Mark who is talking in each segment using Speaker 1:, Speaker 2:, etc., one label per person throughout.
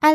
Speaker 1: 艾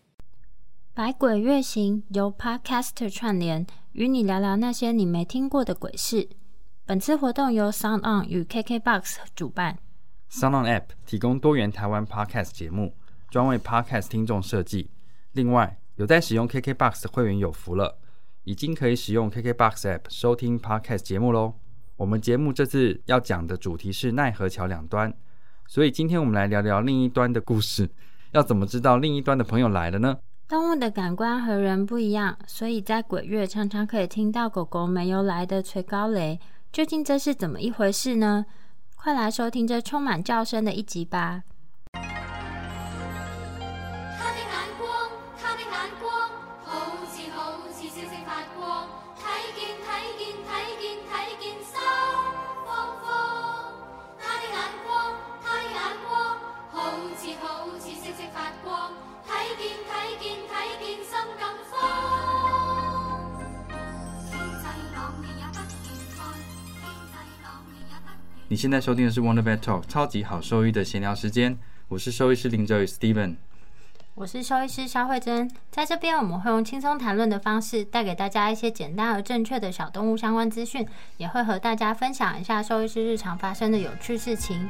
Speaker 1: 百鬼月行由 Podcaster 串联，与你聊聊那些你没听过的鬼事。本次活动由 Sound On 与 KKBox 主办。
Speaker 2: Sound On App 提供多元台湾 Podcast 节目，专为 Podcast 听众设计。另外，有在使用 KKBox 的会员有福了，已经可以使用 KKBox App 收听 Podcast 节目喽。我们节目这次要讲的主题是奈何桥两端，所以今天我们来聊聊另一端的故事。要怎么知道另一端的朋友来了呢？
Speaker 1: 动物的感官和人不一样，所以在鬼月常常可以听到狗狗没由来的垂高雷。究竟这是怎么一回事呢？快来收听这充满叫声的一集吧！
Speaker 3: 他的眼光，他的眼光，好似好似星星發光，睇見睇見睇見睇見心慌慌。他的眼光，他的眼光，好似好似星星發光，睇見睇見睇見心更慌。天際朗面也不願看，天際朗面也不願看。
Speaker 2: 你现在收听的是 Wonder Vet Talk 超级好兽医的闲聊时间，我是兽医师林哲宇 Steven。
Speaker 1: 我是兽医师肖慧珍，在这边我们会用轻松谈论的方式，带给大家一些简单而正确的小动物相关资讯，也会和大家分享一下兽医师日常发生的有趣事情。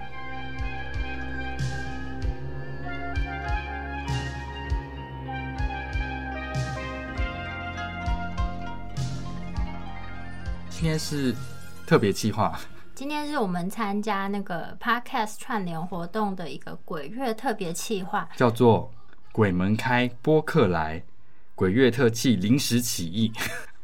Speaker 2: 今天是特别企划，
Speaker 1: 今天是我们参加那个 Podcast 串联活动的一个鬼月特别企划，
Speaker 2: 叫做“鬼门开，播客来”，鬼月特气临时起 意，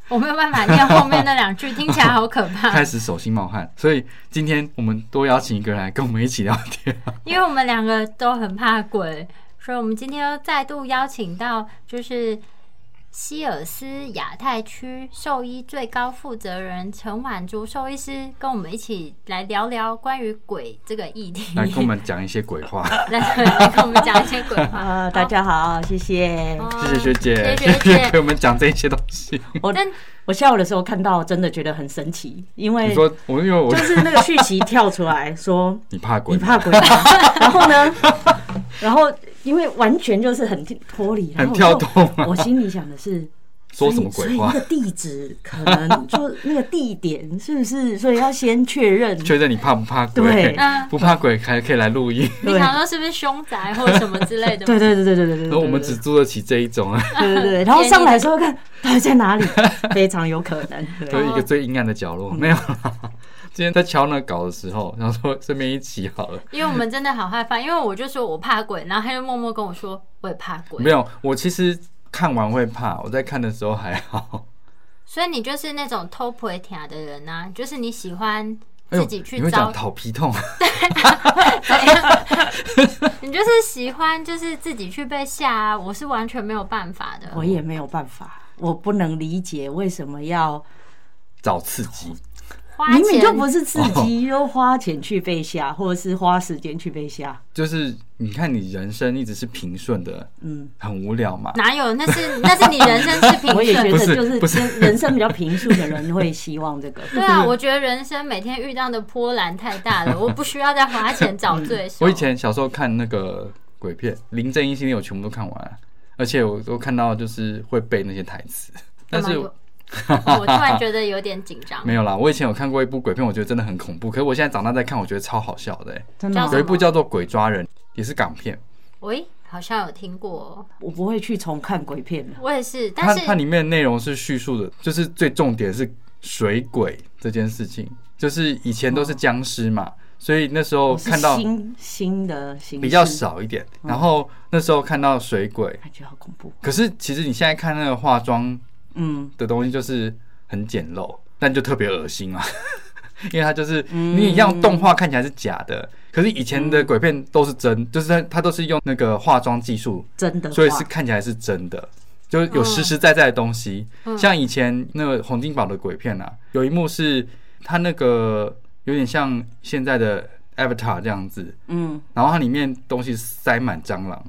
Speaker 1: 我没有办法念后面那两句，听起来好可怕
Speaker 2: 开。始手心冒汗。所以今天我们多邀请一个人来跟我们一起聊 天。
Speaker 1: 因为我们两个都很怕鬼，所以我们今天又再度邀请到就是希尔斯亚太区兽医最高负责人陈婉珠兽医师，跟我们一起来聊聊关于鬼这个议题，
Speaker 2: 来跟我们讲一些鬼 话。
Speaker 1: 来来跟我们讲一些鬼 话。
Speaker 4: 啊，大家好，谢谢。
Speaker 1: 哦
Speaker 2: 谢谢学姐，
Speaker 1: 谢谢学
Speaker 2: 给
Speaker 1: 姐。
Speaker 2: 我们讲这些东西。
Speaker 4: 我
Speaker 1: 但
Speaker 4: 我下午的时候看到，真的觉得很神奇，
Speaker 2: 你
Speaker 4: 因为
Speaker 2: 说我因为我
Speaker 4: 哎就是那个续集跳出来说
Speaker 2: 你怕 鬼
Speaker 4: 你
Speaker 2: 吗，
Speaker 4: 怕鬼吗， 然后呢，然后因为完全就是很脱离，然后
Speaker 2: 很跳脱
Speaker 4: 我
Speaker 2: 嘛
Speaker 4: 就我心里想的是。
Speaker 2: 说什么
Speaker 4: 所以
Speaker 2: 鬼话
Speaker 4: 所以那个地址可 能就那个地点是不是？所以要先确认。
Speaker 2: 确认你怕不怕鬼
Speaker 4: 对？
Speaker 1: 嗯
Speaker 2: 不怕鬼还可以来录音。
Speaker 1: 你想说是不是凶宅或什么之类的吗？
Speaker 4: 对对对对对对对。
Speaker 2: 然后我们只租得起这一种啊，
Speaker 4: 对对对，然后上来的时候看到底在哪里， 非常有可能。对
Speaker 2: 就是一个最阴暗的角落。
Speaker 4: 嗯
Speaker 2: 没有啦， 今天在敲那稿的时候，然后说顺便一起好了。
Speaker 1: 因为我们真的好害怕，因为我就说我怕鬼，然后他就默默跟我说我也怕鬼，
Speaker 2: 没有，我其实看完会怕，我在看的时候还好。
Speaker 1: 所以你就是那种偷不会听的人呐、就是你喜欢
Speaker 2: 哎呦
Speaker 1: 自己去
Speaker 2: 你会
Speaker 1: 招，
Speaker 2: 讲讨皮痛，
Speaker 1: 你就是喜欢就是自己去被吓、啊，我是完全没有办法的。
Speaker 4: 我也没有办法，我不能理解为什么要
Speaker 2: 找刺激。
Speaker 1: 花钱
Speaker 4: 明明就不是刺
Speaker 2: 哦
Speaker 4: 激，又花钱去被吓，或者是花时间去被吓。
Speaker 2: 就是你看，你人生一直是平顺的，
Speaker 4: 嗯，
Speaker 2: 很无聊嘛。
Speaker 1: 哪有，那是 那是你人生是
Speaker 4: 我
Speaker 1: 平
Speaker 4: 也觉
Speaker 1: 顺。
Speaker 4: 得就是
Speaker 2: 不是
Speaker 4: 人人生比较平顺的人会希望这个。
Speaker 1: 对啊，我觉得人生每天遇到的波澜太大了，我不需要再花钱找罪受。
Speaker 2: 我以前小时候看那个鬼片，林正英系列我全部都看完了，而且我都看到就是会背那些台词。但是
Speaker 1: 干嘛哦我我突然觉得有点紧张
Speaker 2: 没。有啦，我以前有看过一部鬼片，我觉得真的很恐怖。可是我现在长大再看，我觉得超好笑的、欸。
Speaker 4: 真的吗
Speaker 1: 叫什么
Speaker 2: 有一部叫做《鬼抓人》，也是港片。
Speaker 1: 喂，好像有听过哦，
Speaker 4: 我不会去重看鬼片的。
Speaker 1: 我也是，但
Speaker 2: 它
Speaker 1: 是
Speaker 2: 它里面的内容是叙述的，就是最重点是水鬼这件事情，就是以前都是僵尸嘛，所以那时候
Speaker 4: 哦我是
Speaker 2: 哦看到
Speaker 4: 新新的形式
Speaker 2: 比较，少一点，然后那时候看到水鬼，
Speaker 4: 感觉好恐怖。
Speaker 2: 可是其实你现在看那个化妆
Speaker 4: 嗯，
Speaker 2: 的东西就是很简陋，但就特别恶心啊。 因为它就是你一样动画看起来是假的，可是以前的鬼片都是真，就是它它都是用那个化妆技术，
Speaker 4: 真的话
Speaker 2: 所以是看起来是真的。就是有实实在在的东西。
Speaker 1: 嗯
Speaker 2: 像以前那个洪金宝的鬼片啊，有一幕是他那个有点像现在的 Avatar 这样子，
Speaker 5: 嗯，
Speaker 2: 然后它里面东西塞满蟑螂，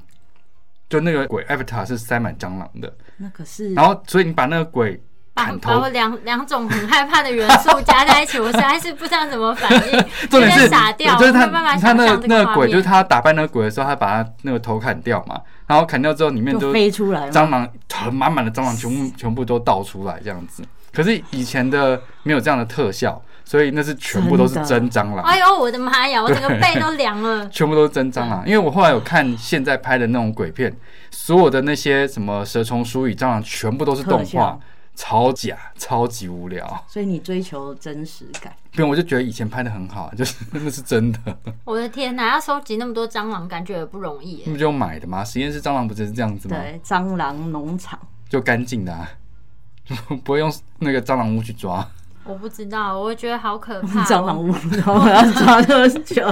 Speaker 2: 就那个鬼 Avatar 是塞满蟑螂的，
Speaker 5: 那可
Speaker 1: 嗯
Speaker 5: 是
Speaker 2: 然后所以你把那个鬼
Speaker 1: 把
Speaker 2: 砍
Speaker 1: 把
Speaker 2: 头
Speaker 1: 我，两两种很害怕的元素加在一起，我实在是不知道怎么反应，
Speaker 2: 重点
Speaker 1: 有
Speaker 2: 是
Speaker 1: 点傻掉，
Speaker 2: 就是
Speaker 1: 我没
Speaker 2: 他
Speaker 1: 有办法
Speaker 2: 他
Speaker 1: 想
Speaker 2: 那
Speaker 1: 象
Speaker 2: 个
Speaker 1: 这
Speaker 2: 那
Speaker 1: 画
Speaker 2: 个鬼，
Speaker 1: 面
Speaker 2: 就是他打败那个鬼的时候，他把他那个头砍掉嘛，然后砍掉之后里面
Speaker 4: 就
Speaker 2: 就
Speaker 4: 飞出来了。
Speaker 2: 蟑螂很满满的蟑螂全 部全部都倒出来这样子。可是以前的没有这样的特效，所以那是全部都是真
Speaker 4: 真
Speaker 2: 蟑螂，。
Speaker 1: 哎呦我的妈呀，我整个背都凉了
Speaker 2: 全部都是真蟑螂。因为我后来有看现在拍的那种鬼片，所有的那些什么蛇虫鼠蚁、蟑螂，全部都是动
Speaker 4: 特
Speaker 2: 画
Speaker 4: 效，
Speaker 2: 超假，超级无聊。
Speaker 4: 所以你追求真实感，
Speaker 2: 不用，我就觉得以前拍的很好，就是 那是真的，
Speaker 1: 我的天哪，要收集那么多蟑螂，感觉也不容易耶
Speaker 2: 那。不就买的吗？实验室蟑螂不就是这样子吗？
Speaker 4: 对蟑螂农场，
Speaker 2: 就干净的、啊， 不会用那个蟑螂屋去抓。
Speaker 1: 我不知道，我会觉得好可怕。哦
Speaker 4: 蟑螂屋，然后我要抓多久？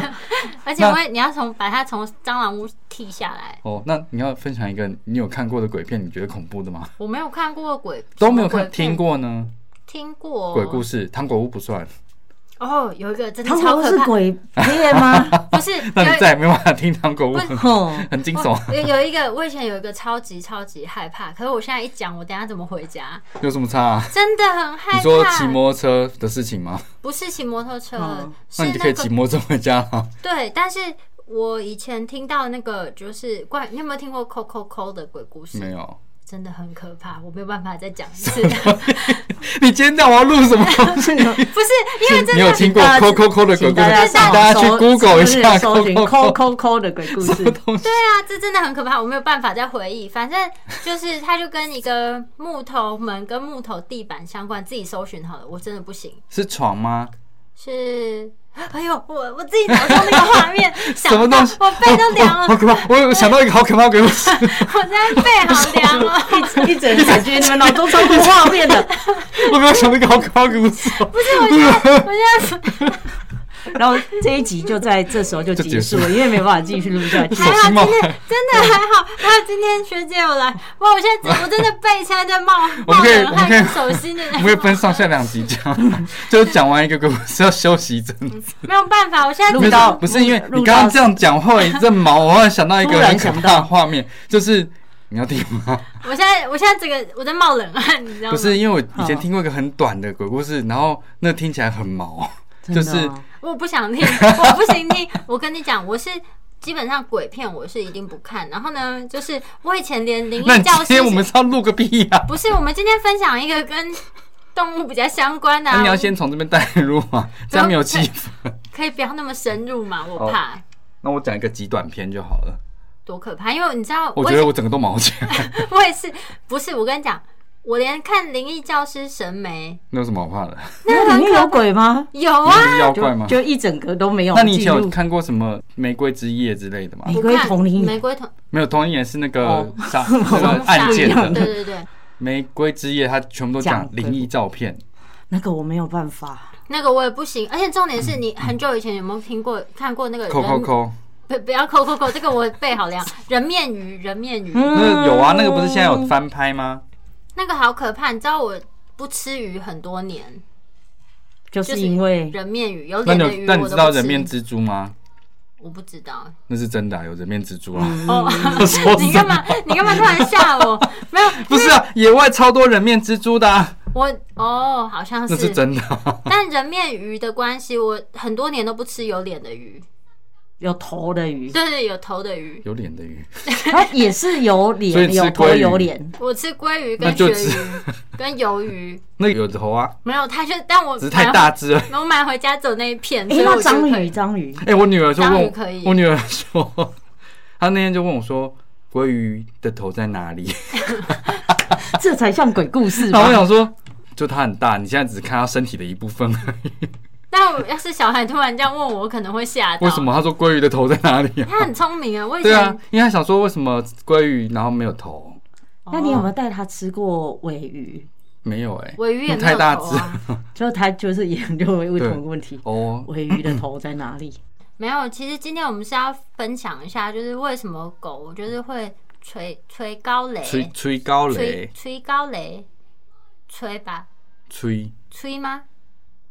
Speaker 1: 而且会你要从把它从蟑螂屋踢下来。
Speaker 2: 哦，那你要分享一个你有看过的鬼片，你觉得恐怖的吗？
Speaker 1: 我没有看过鬼，
Speaker 2: 都没有
Speaker 1: 什么鬼片哦
Speaker 2: 看听过呢？
Speaker 1: 听过
Speaker 2: 鬼故
Speaker 1: 事
Speaker 2: 事，糖果屋不算，
Speaker 1: 哦，有一个真的
Speaker 4: 唐
Speaker 1: 超
Speaker 4: 国
Speaker 1: 可
Speaker 4: 是
Speaker 1: 怕，
Speaker 4: 鬼 片吗？
Speaker 1: 不是有
Speaker 2: 那你再也没办法听糖果屋，
Speaker 1: 不是
Speaker 4: 哦，
Speaker 2: 很惊悚。
Speaker 1: 有有一个，我以前有一个超级超级害怕，可是我现在一讲，我等一下怎么回家？
Speaker 2: 有什么差、啊？
Speaker 1: 真的很害怕。
Speaker 2: 你说骑摩托车的事情吗？
Speaker 1: 不是骑摩托车，
Speaker 4: 嗯
Speaker 1: 是
Speaker 2: 那你就可以
Speaker 1: 个
Speaker 2: 骑摩托车回家 了。
Speaker 1: 对，但是我以前听到那个就是怪，你有没有听过扣扣扣的鬼故事？
Speaker 2: 没，有，
Speaker 1: 真的很可怕，我没有办法再讲一 次。
Speaker 2: 你今天叫我要录什么东西？
Speaker 1: 不是因为真
Speaker 2: 你
Speaker 1: 的
Speaker 2: 有听 过
Speaker 4: 大家
Speaker 2: 扣扣扣的鬼
Speaker 4: 请
Speaker 2: 故事？
Speaker 4: 大家
Speaker 2: 请
Speaker 4: 上
Speaker 2: 大家
Speaker 4: 网
Speaker 2: 去
Speaker 4: 搜
Speaker 2: Google 一
Speaker 4: 是
Speaker 2: 下
Speaker 4: 搜寻
Speaker 2: 扣
Speaker 4: 抠
Speaker 2: 扣
Speaker 4: 抠抠的鬼故事，
Speaker 2: 东西。
Speaker 1: 对啊，这真的很可怕，我没有办法再回忆。反正就是，它就跟一个木头门跟木头地板相关，自己搜寻好了，我真的不行。
Speaker 2: 是床吗？
Speaker 1: 是，哎呦，我我自己脑中那个画面，想
Speaker 2: 什么
Speaker 1: 到
Speaker 2: 东西？
Speaker 1: 我背都凉
Speaker 2: 哦
Speaker 1: 了，
Speaker 2: 好可 怕！我有想到一个好可怕的鬼故 事。
Speaker 1: 我现在背好凉哦。
Speaker 4: 一整感觉你们脑中超多画面的，
Speaker 2: 我没有想到一个好可怕的故事 哦。
Speaker 1: 我现在
Speaker 4: 然后这一集就在这时候就结束了，因为没办法继续录下去。
Speaker 2: 手心冒汗。
Speaker 1: 真的还好，还有今天学姐有来，哇，我现 在我真的背现在在冒
Speaker 2: 我
Speaker 1: 冒
Speaker 2: 们可以
Speaker 1: 冷汗
Speaker 2: 我们可以
Speaker 1: 跟手心的那
Speaker 2: 我
Speaker 1: 种，
Speaker 2: 会分上下两集讲，就是讲完一个故事要休息一阵子。
Speaker 1: 没有办法，我现在
Speaker 4: 录
Speaker 2: 不是
Speaker 4: 到
Speaker 2: 不是因为你
Speaker 4: 嗯录
Speaker 2: 刚刚
Speaker 4: 到
Speaker 2: 这样讲话一阵毛，我忽然想到一个
Speaker 4: 突然
Speaker 2: 很可
Speaker 4: 想
Speaker 2: 怕的
Speaker 4: 到
Speaker 2: 画面，就是你要听吗？
Speaker 1: 我现在我现在这个我在冒冷汗，你知道
Speaker 2: 不
Speaker 1: 吗？
Speaker 2: 是因为我
Speaker 4: 嗯
Speaker 2: 以前听过一个很短的鬼故事，然后那听起来很毛， 就
Speaker 4: 真的
Speaker 2: 是
Speaker 4: 哦
Speaker 1: 我不想听， 我不行听。我跟你讲，我是基本上鬼片我是一定不看。然后呢，就是我以前连灵
Speaker 2: 那
Speaker 1: 异
Speaker 2: 你
Speaker 1: 教
Speaker 2: 今
Speaker 1: 室
Speaker 2: 天我们是要录个屁呀？啊
Speaker 1: 不是，我们今天分享一个跟动物比较相关的、
Speaker 2: 那
Speaker 1: 啊，
Speaker 2: 你要先从这边带入嘛，这样没有气氛。
Speaker 1: 可以不要那么深入嘛？我
Speaker 2: 哦
Speaker 1: 怕、
Speaker 2: 那我讲一个极短片就好了。
Speaker 1: 多可怕，因为你知道，
Speaker 2: 我
Speaker 1: 我
Speaker 2: 觉
Speaker 1: 也
Speaker 2: 得我整个都毛起来，
Speaker 1: 我也是，不是我跟你讲，我连看灵异教师神眉
Speaker 2: 那有什么好怕的？
Speaker 4: 那里面有鬼吗？
Speaker 1: 有啊，
Speaker 4: 嗯
Speaker 2: 你是妖怪吗
Speaker 4: 就？就一整个都没有
Speaker 2: 那你以
Speaker 4: 记
Speaker 2: 前有
Speaker 4: 录。哎
Speaker 2: 看过什么《玫瑰之夜》之类的吗？
Speaker 4: 玫
Speaker 1: 我
Speaker 4: 瑰
Speaker 1: 看
Speaker 4: 同林
Speaker 1: 玫瑰同
Speaker 2: 没有，同一年是那个
Speaker 4: 哦
Speaker 2: 啥、那个案件
Speaker 4: 不一样
Speaker 1: 对
Speaker 2: 的《
Speaker 1: 对对，
Speaker 2: 玫瑰之夜》，它全部都讲
Speaker 4: 讲
Speaker 2: 灵异照片。
Speaker 4: 那个我没有办法，
Speaker 1: 那个我也不行，而且重点是你很久以前有没有听过看过那个
Speaker 2: 扣扣
Speaker 1: 人
Speaker 2: 扣，
Speaker 1: 不不要扣扣扣，这个我背好凉。 人面鱼，人面鱼，
Speaker 4: 嗯
Speaker 2: 那有啊，那个不是现在有翻拍吗？
Speaker 1: 那个好可怕。你知道我不吃鱼很多年，
Speaker 4: 就是因为
Speaker 1: 人面鱼有
Speaker 2: 那
Speaker 1: 脸
Speaker 2: 你
Speaker 1: 的
Speaker 2: 有
Speaker 1: 鱼，
Speaker 2: 那
Speaker 1: 我
Speaker 2: 你
Speaker 1: 都
Speaker 2: 知道
Speaker 1: 不吃
Speaker 2: 人面蜘蛛吗？
Speaker 1: 我不知道。
Speaker 2: 那是真的啊、有人面蜘蛛啊！
Speaker 1: 哦，
Speaker 2: 说
Speaker 1: 你
Speaker 2: 什
Speaker 1: 干
Speaker 2: 么？
Speaker 1: 嘛？你干嘛突然吓我？没有，
Speaker 2: 不是啊，野外超多人面蜘蛛的、啊，
Speaker 1: 我哦，好像
Speaker 2: 那
Speaker 1: 是
Speaker 2: 是真的啊、
Speaker 1: 但人面鱼的关系，我很多年都不吃有脸的鱼，
Speaker 4: 有头的鱼，
Speaker 1: 对对，有头的鱼。
Speaker 2: 有脸的鱼，
Speaker 4: 它也是有
Speaker 2: 所以你
Speaker 4: 脸，
Speaker 2: 吃
Speaker 4: 有头
Speaker 2: 鲑鱼
Speaker 4: 有脸，
Speaker 1: 我吃鲑鱼
Speaker 2: 那
Speaker 1: 跟
Speaker 2: 就
Speaker 1: 鳕
Speaker 2: 吃
Speaker 1: 鱼 跟鱿鱼，
Speaker 2: 那有头啊，
Speaker 1: 没有，它就但我
Speaker 2: 只是
Speaker 1: 买
Speaker 2: 太大只了。
Speaker 1: 我买回家走那一片，
Speaker 4: 哎、
Speaker 1: 所以
Speaker 4: 那
Speaker 1: 我就
Speaker 4: 章
Speaker 1: 可以
Speaker 4: 鱼，章鱼
Speaker 2: 哎、我女儿就问
Speaker 1: 章鱼
Speaker 2: 我
Speaker 1: 可以，
Speaker 2: 我女儿说， 她那天就问我说，鲑鱼的头在哪里？
Speaker 4: 这才像鬼故 事
Speaker 2: 然后我
Speaker 4: 吧？
Speaker 2: 想说，就它很大，你现在只看它身体的一部分而已。
Speaker 1: 但我要是小孩突然这样问我，我可能会吓到。
Speaker 2: 为什？么他说鲑鱼的头在哪里啊？
Speaker 1: 他很聪明啊，我以前
Speaker 2: 对啊，因为他想说为什么鲑鱼然后没有头？
Speaker 4: 那你有
Speaker 2: 哦
Speaker 4: 没有带它吃过尾鱼？
Speaker 2: 没有哎、
Speaker 1: 哦尾鱼也
Speaker 2: 那
Speaker 1: 没
Speaker 2: 太
Speaker 1: 有
Speaker 2: 大
Speaker 1: 头
Speaker 2: 只
Speaker 1: 啊，
Speaker 4: 就它就是研究为
Speaker 2: 对
Speaker 4: 同一个问题，
Speaker 2: 哦。
Speaker 4: 尾鱼的头在哪里？
Speaker 1: 没有。其实今天我们是要分享一下，就是为什么狗就是会吹吹高雷，
Speaker 2: 吹吹高
Speaker 1: 吹
Speaker 2: 雷，
Speaker 1: 吹高雷，吹吧，
Speaker 2: 吹
Speaker 1: 吹吗？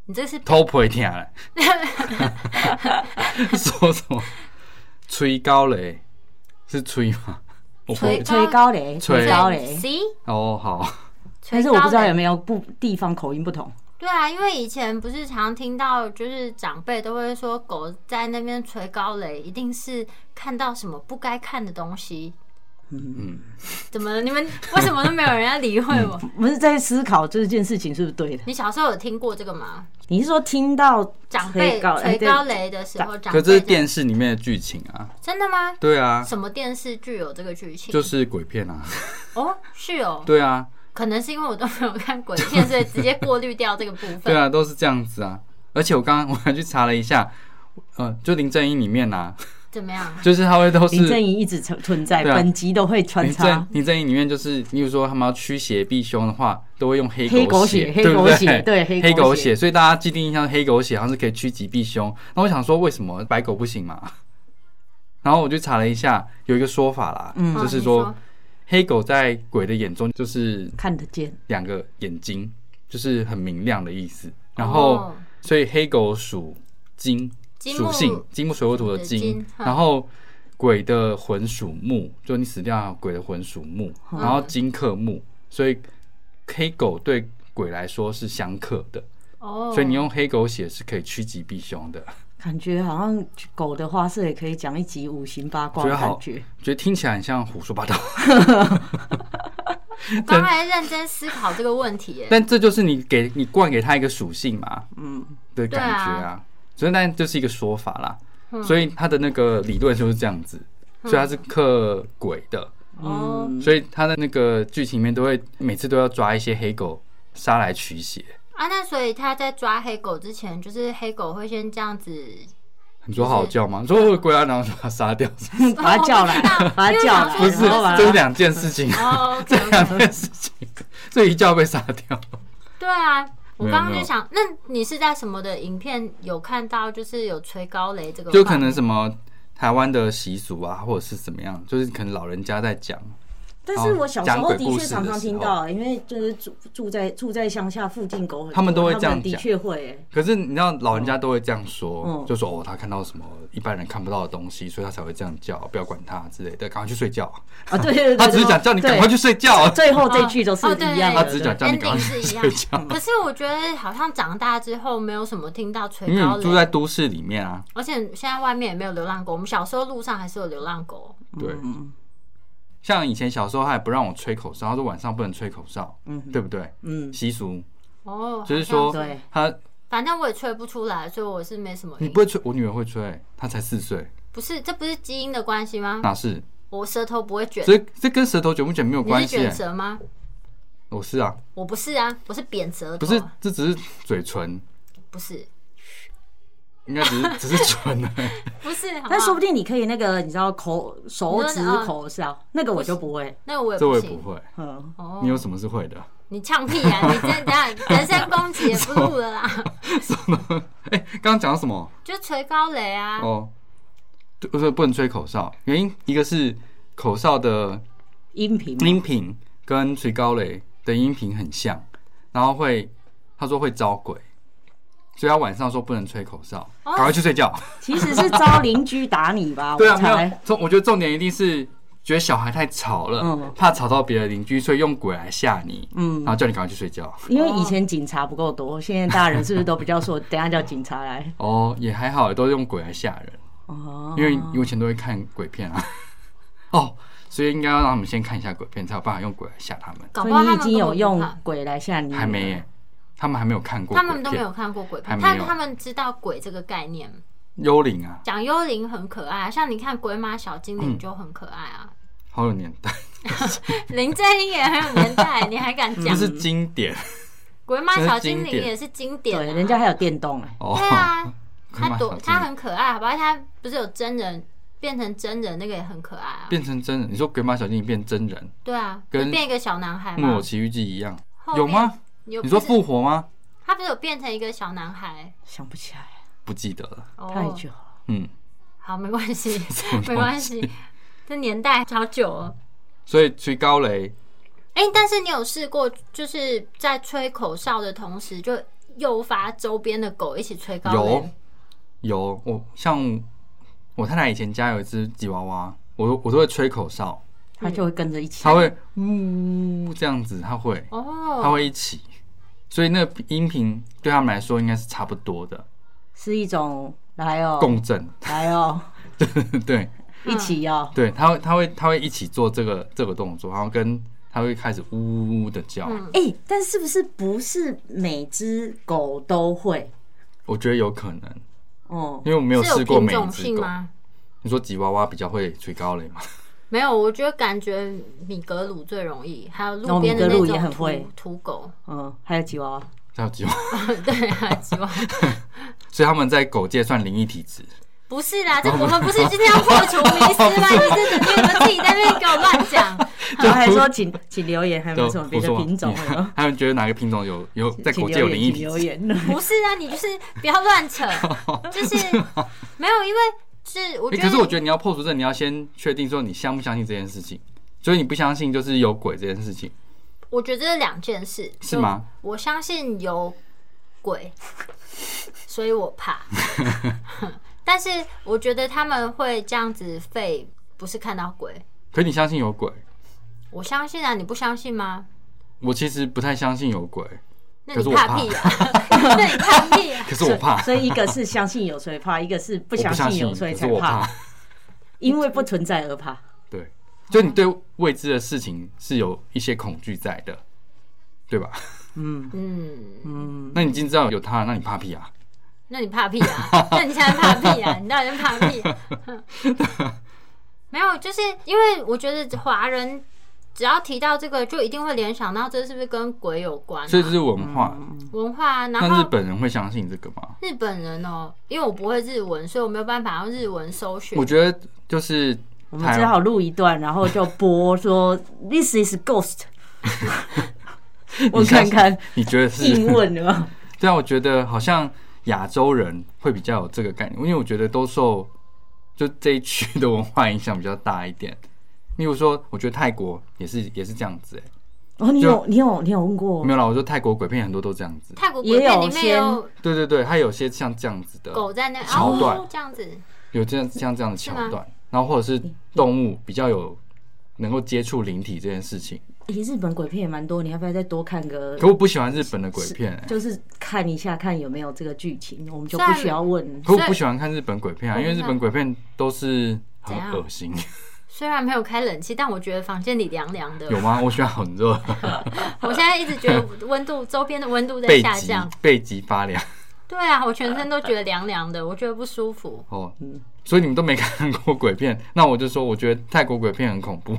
Speaker 1: 你这是
Speaker 2: 偷皮听 嘞，说什么？吹高雷是吹吗？
Speaker 1: 吹
Speaker 4: 吹高雷，
Speaker 2: 吹
Speaker 4: 吹高雷。
Speaker 1: C，
Speaker 2: 哦，好，
Speaker 1: 吹
Speaker 4: 但是
Speaker 1: 高
Speaker 4: 我
Speaker 1: 雷。
Speaker 4: 不知道有没有不地方口音不同，
Speaker 1: 对啊，因为以前不是常听到，就是长辈都会说狗在那边捶高雷，一定是看到什么不该看的东西。
Speaker 2: 嗯，
Speaker 1: 怎么了？你们为什么都没有人要理会我？
Speaker 4: 我是在思考这件事情是不是对的。
Speaker 1: 你小时候有听过这个吗？
Speaker 4: 你是说听到
Speaker 1: 长
Speaker 4: 吹
Speaker 1: 辈
Speaker 4: 高哎
Speaker 1: 捶
Speaker 4: 对
Speaker 1: 高雷的时候，长
Speaker 2: 可
Speaker 1: 辈
Speaker 2: 这是
Speaker 1: 在
Speaker 2: 电视里面的剧情啊，
Speaker 1: 真的吗？
Speaker 2: 对啊，
Speaker 1: 什么电视剧有这个剧情？
Speaker 2: 就是鬼片啊，
Speaker 1: 哦，是哦，
Speaker 2: 对啊，
Speaker 1: 可能是因为我都没有看鬼 片，所以直接过滤掉这个部分。
Speaker 2: 对啊，都是这样子啊。而且我刚 刚我还去查了一下，呃，就林正英里面呐、
Speaker 1: 怎么样？
Speaker 2: 就是他会都是
Speaker 4: 林正英一直存存在，
Speaker 2: 对啊
Speaker 4: 本集都会穿
Speaker 2: 林
Speaker 4: 插
Speaker 2: 正林正英里面就是，例如说他们要驱邪避凶的话，都会用黑
Speaker 4: 黑狗
Speaker 2: 血，
Speaker 4: 血
Speaker 2: 对不对
Speaker 4: 黑狗血对黑狗
Speaker 2: 黑狗
Speaker 4: 血
Speaker 2: 血，所以大家既定印象黑狗血好像是可以趋吉避凶。那我想说，为什么白狗不行嘛？ 然后我就查了一下，有一个说法啦，
Speaker 4: 嗯
Speaker 2: 就是
Speaker 1: 哦
Speaker 2: 说黑狗在鬼的眼中就是
Speaker 4: 看得见。
Speaker 2: 两个眼睛，就是很明亮的意思。然
Speaker 1: 哦
Speaker 2: 后，所以黑狗属金，
Speaker 1: 金木
Speaker 2: 属性金木水火土的
Speaker 1: 的金
Speaker 2: 金，
Speaker 1: 嗯
Speaker 2: 然后鬼的魂属木，就你死掉，鬼的魂属木，
Speaker 4: 嗯
Speaker 2: 然后金克木，所以黑狗对鬼来说是相克的，
Speaker 1: 哦，
Speaker 2: 所以你用黑狗血是可以趋吉避凶的。
Speaker 4: 感觉好像狗的话是也可以讲一集五行八卦
Speaker 2: 觉
Speaker 4: 的
Speaker 2: 得好
Speaker 4: 感觉，
Speaker 2: 觉得听起来很像胡说八道，
Speaker 1: 我刚才认真思考这个问题耶。
Speaker 2: 但这就是你给你灌给它一个属性嘛，
Speaker 4: 嗯，
Speaker 2: 的感觉
Speaker 1: 对嗯
Speaker 2: 啊。所以那就是一个说法啦，所以它的那个理论就是这样子，所以它是克鬼的，
Speaker 1: 哦，
Speaker 2: 所以它的那个剧情里面都会每次都要抓一些黑狗杀来驱邪。
Speaker 1: 啊，那所以他在抓黑狗之前，就是黑狗会先这 样子，
Speaker 2: 你说好叫
Speaker 1: 嗯
Speaker 2: 吗？你说我鬼啊，然后把它 杀掉，
Speaker 1: 哦
Speaker 4: 嗯把它 叫来
Speaker 1: 我不知道，
Speaker 4: 把它叫来，
Speaker 1: 因为我想
Speaker 2: 不是
Speaker 1: 说
Speaker 4: 然后把，它
Speaker 2: 这是两件事情，
Speaker 1: 哦
Speaker 2: 这
Speaker 1: ，OK，
Speaker 2: 两件事情，所以一叫被杀掉。
Speaker 1: 对啊。我
Speaker 2: 没有
Speaker 1: 刚刚
Speaker 2: 没
Speaker 1: 就
Speaker 2: 有
Speaker 1: 想，那你是在什么的影片有看到，就是有吹高雷这个画面？
Speaker 2: 就可能什么台湾的习俗啊，或者是怎么样，就是可能老人家在讲，
Speaker 4: 但是我小时候
Speaker 2: 哦讲
Speaker 4: 的
Speaker 2: 鬼故
Speaker 4: 确
Speaker 2: 事的
Speaker 4: 常常听
Speaker 2: 时候
Speaker 4: 到，欸因为就是住住在住在乡下附近狗很多，
Speaker 2: 他们都会这样
Speaker 4: 他们的
Speaker 2: 讲
Speaker 4: 确会欸。
Speaker 2: 可是你知道老人家都会这样说，
Speaker 4: 嗯
Speaker 2: 就说哦他看到什么一般人看不到的东西，所以他才会这样叫，不要管他之类的，赶快去睡觉。
Speaker 4: 啊，对对 对，
Speaker 2: 他只是
Speaker 4: 对
Speaker 2: 讲叫你赶快。去睡觉
Speaker 4: 对，最后这句都是
Speaker 1: 哦哦对
Speaker 4: 一样的，
Speaker 2: 他只是讲叫你赶快
Speaker 1: ending 是
Speaker 2: 去
Speaker 1: 一
Speaker 2: 睡
Speaker 1: 样
Speaker 2: 觉。。
Speaker 1: 可是我觉得好像长大之后没有什么听到吹
Speaker 2: 因为
Speaker 1: 高
Speaker 2: 你嗯住
Speaker 1: 雷，
Speaker 2: 在都市里面啊，
Speaker 1: 而且现在外面也没有流浪狗。我们小时候路上还是有流浪狗，
Speaker 2: 对。
Speaker 4: 嗯
Speaker 2: 像以前小时候，他也不让我吹口哨，他说晚上不能吹口哨，嗯，对不对？
Speaker 4: 嗯，
Speaker 2: 习俗
Speaker 1: 哦，
Speaker 2: 就是
Speaker 1: 好
Speaker 2: 说
Speaker 1: 像
Speaker 4: 像是，
Speaker 2: 他
Speaker 1: 反正我也吹不出来，所以我是没什么
Speaker 2: 你
Speaker 1: 影。
Speaker 2: 不会吹，我女儿会吹，她才四岁，
Speaker 1: 不是，这不是基因的关系吗？
Speaker 2: 哪是？
Speaker 1: 我舌头不会卷，
Speaker 2: 这这跟舌头卷不卷没有
Speaker 1: 你是
Speaker 2: 关系、
Speaker 1: 卷
Speaker 2: 欸。
Speaker 1: 舌吗？
Speaker 2: 我是啊，
Speaker 1: 我不是啊，我是扁舌头，
Speaker 2: 不是，这只是嘴唇，
Speaker 1: 不是，
Speaker 2: 应该只是只是唇啊而已。
Speaker 1: 不是。好不好
Speaker 4: 但说不定你可以那个，你知道口手指
Speaker 1: 你说哦
Speaker 4: 口哨，那个我就不会。
Speaker 1: 那我也
Speaker 2: 这我
Speaker 1: 不
Speaker 2: 也不
Speaker 1: 行。
Speaker 2: 会。
Speaker 4: 嗯，
Speaker 1: 哦
Speaker 2: 你有什么是会的？
Speaker 1: 你呛屁 啊！你这样人身攻击也不录了啦，
Speaker 2: 哎、刚刚讲到什么？
Speaker 1: 就捶高雷啊。
Speaker 2: 哦，对，不是不能吹口哨，
Speaker 1: 嗯
Speaker 2: 原因一个是口哨的
Speaker 4: 音频嘛
Speaker 2: 音频跟吹高雷的音频很像，然后会他说会招鬼，所以他晚上说不能吹口哨，赶、
Speaker 1: 哦
Speaker 2: 快去睡觉。
Speaker 4: 其实是招邻居打你吧，
Speaker 2: 对啊，
Speaker 4: 我
Speaker 2: 没有
Speaker 4: 猜。
Speaker 2: 重，我觉得重点一定是觉得小孩太吵了，
Speaker 4: 嗯
Speaker 2: 怕吵到别的邻居，所以用鬼来吓你，
Speaker 4: 嗯
Speaker 2: 然后叫你赶快去睡觉。
Speaker 4: 因为以
Speaker 1: 哦
Speaker 4: 前警察不够多，现在大人是不是都比较说，等一下叫警察来？
Speaker 2: 哦，也还好，都是用鬼来吓人，
Speaker 4: 哦，
Speaker 2: 因为我以前都会看鬼片啊。 哦，所以应该要让他们先看一下鬼片，才有办法用鬼来吓他们。
Speaker 1: 搞
Speaker 4: 所
Speaker 1: 不好
Speaker 4: 以
Speaker 1: 他
Speaker 4: 你
Speaker 1: 们
Speaker 4: 已
Speaker 1: 根本
Speaker 4: 经有
Speaker 1: 不
Speaker 4: 用
Speaker 1: 怕
Speaker 4: 鬼来吓你，
Speaker 2: 还没耶，他们还没有看
Speaker 1: 嗯
Speaker 2: 过
Speaker 1: 他
Speaker 2: 鬼片。
Speaker 1: 们都没有看过鬼片，
Speaker 2: 还
Speaker 1: 但
Speaker 2: 没有
Speaker 1: 他们知道鬼这个概念。
Speaker 2: 幽灵啊，
Speaker 1: 讲幽灵很可爱，啊像你看《鬼马小精灵》就很可爱啊。
Speaker 2: 好有年代，
Speaker 1: 林正英也很有年代，你还敢
Speaker 2: 这
Speaker 1: 讲？
Speaker 2: 嗯是经典
Speaker 1: 鬼马小精
Speaker 2: 这是
Speaker 1: 灵
Speaker 2: 经典
Speaker 1: 也是经典、啊，
Speaker 4: 对，人家还有电动哎，
Speaker 2: 哦。
Speaker 1: 对啊，
Speaker 2: 鬼
Speaker 1: 他
Speaker 2: 马
Speaker 1: 多
Speaker 2: 小精
Speaker 1: 他
Speaker 2: 灵
Speaker 1: 很可爱，好不好？他不是有真人变成真人，那个也很可爱啊。
Speaker 2: 变成真人，你说鬼马小精灵变真人，
Speaker 1: 对啊，
Speaker 2: 跟
Speaker 1: 就变一个小男孩
Speaker 2: 《木
Speaker 1: 嘛
Speaker 2: 偶。奇遇记》一样，
Speaker 1: 后面
Speaker 2: 有吗？
Speaker 1: 啊有
Speaker 2: 你说
Speaker 1: 不是
Speaker 2: 复活吗？
Speaker 1: 他不是有变成一个小男孩？
Speaker 4: 想不起来，
Speaker 2: 不记得了。
Speaker 1: 哦
Speaker 4: 太久了。
Speaker 2: 嗯，
Speaker 1: 好，没关系
Speaker 2: 么东，西
Speaker 1: 没关系，这年代好久哦。
Speaker 2: 所以吹高雷
Speaker 1: 哎、但是你有试过，就是在吹口哨的同时，就诱发周边的狗一起吹高
Speaker 2: 有
Speaker 1: 音？
Speaker 2: 有，我像我太太以前家有一只吉娃娃，我都我都会吹口哨，
Speaker 4: 它就会跟着一起。
Speaker 2: 它嗯会呜这样子，它会
Speaker 1: 哦，
Speaker 2: 它会一起，所以那个音频对他们来说应该是差不多的
Speaker 4: 是一种来哦，
Speaker 2: 共振，
Speaker 4: 来哦，
Speaker 2: 对
Speaker 4: 一起哦，
Speaker 2: 对，它会它会它会一起做这个这个动作，然后跟它会开始呜呜呜的叫，
Speaker 1: 嗯
Speaker 4: 哎、但是不是不是每只狗都会？
Speaker 2: 我觉得有可能，
Speaker 4: 哦、
Speaker 2: 因为我没有
Speaker 1: 是有
Speaker 2: 试过
Speaker 1: 品
Speaker 2: 每一
Speaker 1: 种
Speaker 2: 只
Speaker 1: 性
Speaker 2: 狗。
Speaker 1: 吗？
Speaker 2: 你说吉娃娃比较会吹高雷吗？
Speaker 1: 没有，我觉得感觉米格鲁最容易，还有
Speaker 4: 哦
Speaker 1: 路边的那
Speaker 4: 米格鲁
Speaker 1: 种
Speaker 4: 也很会
Speaker 1: 土土狗，
Speaker 4: 嗯，还有吉娃娃，
Speaker 2: 叫吉娃娃，
Speaker 1: 对啊，吉 娃娃
Speaker 2: 所以他们在狗界算灵异体质。
Speaker 1: 不是啦，这我们不是今天要破除迷思吗？你是你们自己在那边给我乱讲。
Speaker 4: 然后还说请请留言，还有没有什么别的
Speaker 2: 胡说
Speaker 4: 品种
Speaker 2: 你
Speaker 4: 有没有？
Speaker 2: 他们觉得哪个品种有有 在
Speaker 4: 请
Speaker 2: 狗界有
Speaker 4: 留
Speaker 2: 灵
Speaker 4: 言，
Speaker 2: 异
Speaker 4: 请
Speaker 2: 体
Speaker 4: 留
Speaker 2: 质？
Speaker 4: 言。
Speaker 1: 不是啊，你就是不要乱扯，就是没有，因为是我
Speaker 2: 诶
Speaker 1: 觉得，
Speaker 2: 可是我觉得你要破除这，你要先确定说你相不相信这件事情。所以你不相信就是有鬼这件事情，
Speaker 1: 我觉得这是两件事，
Speaker 2: 是吗？
Speaker 1: 我相信有 鬼，所以我怕。但是我觉得他们会这样子废，不是看到鬼，
Speaker 2: 可你相信有鬼？
Speaker 1: 我相信啊，你不相信吗？
Speaker 2: 我其实不太相信有鬼，
Speaker 1: 那
Speaker 2: 可是
Speaker 1: 你
Speaker 2: 我怕
Speaker 1: 屁啊！ 那你怕屁 啊！
Speaker 2: 可是我怕，
Speaker 4: 所以一个是相信有所以怕，一个是不
Speaker 2: 我
Speaker 4: 相
Speaker 2: 不相
Speaker 4: 信
Speaker 2: 信，
Speaker 4: 有所以
Speaker 2: 可是
Speaker 4: 才
Speaker 2: 我
Speaker 4: 怕
Speaker 2: 怕，。
Speaker 4: 因为不存在而怕。
Speaker 2: 对，就你对未知的事情是有一些恐惧在的，对吧？
Speaker 4: 嗯
Speaker 1: 嗯，
Speaker 4: 嗯，
Speaker 2: 那你已经知道有他了，那你怕屁啊？
Speaker 1: 那你怕屁啊？ 那你现在怕屁 啊？你到底在怕屁、啊？ 没有，就是因为我觉得华人只要提到这个，就一定会联想到这是不是跟鬼有关、啊？
Speaker 2: 所以这是文化。
Speaker 1: 文化、啊，然后
Speaker 2: 那日本人会相信这个吗？
Speaker 1: 日本人哦，因为我不会日文，所以我没有办法用日文搜寻
Speaker 2: 我。觉得就是
Speaker 4: 我们
Speaker 2: 台
Speaker 4: 只好录一段，然后就播说 This is ghost，我
Speaker 2: 你相
Speaker 4: 看
Speaker 2: 信
Speaker 4: 看
Speaker 2: 你觉得
Speaker 4: 硬
Speaker 2: 是？
Speaker 4: 问的吗？
Speaker 2: 对啊，我觉得好像亚洲人会比较有这个概念，因为我觉得都受就这一区的文化影响比较大一点。例如说，我觉得泰国也是也是这样子、欸，
Speaker 4: 哦，你
Speaker 2: 就
Speaker 4: 有你有你有问过
Speaker 2: 没？有啦，我说泰国鬼片很多都这样子。
Speaker 1: 泰国鬼片里面
Speaker 4: 也
Speaker 1: 也
Speaker 4: 有
Speaker 1: 有
Speaker 2: 对对对，它有些像这样子的
Speaker 1: 狗在那
Speaker 2: 桥段
Speaker 1: 哦、这样子，
Speaker 2: 有这样像这样的桥
Speaker 1: 是嗯
Speaker 2: 段，然后或者是动物比较有能够接触灵体这件事情。
Speaker 4: 诶，日本鬼片也蛮多，你要不要再多看个
Speaker 2: 可？我不喜欢日本的鬼片、欸，
Speaker 4: 就是看一下看有没有这个剧情，我们就
Speaker 1: 虽
Speaker 4: 不
Speaker 1: 然
Speaker 4: 需要问。
Speaker 2: 可
Speaker 1: 所
Speaker 2: 我
Speaker 1: 以嗯
Speaker 2: 不喜欢看日本鬼片啊，因为日本鬼片都是很
Speaker 1: 怎样
Speaker 2: 恶心，
Speaker 1: 虽然没有开冷气，但我觉得房间里凉凉的。
Speaker 2: 有吗？我喜欢很热，
Speaker 1: 我现在一直觉得温度周边的温度在
Speaker 2: 背
Speaker 1: 下
Speaker 2: 脊
Speaker 1: 降。
Speaker 2: 背脊发凉
Speaker 1: 对啊，我全身都觉得凉凉的，我觉得不舒服。
Speaker 2: 哦。所以你们都没看过鬼片，那我就说，我觉得泰国鬼片很恐怖。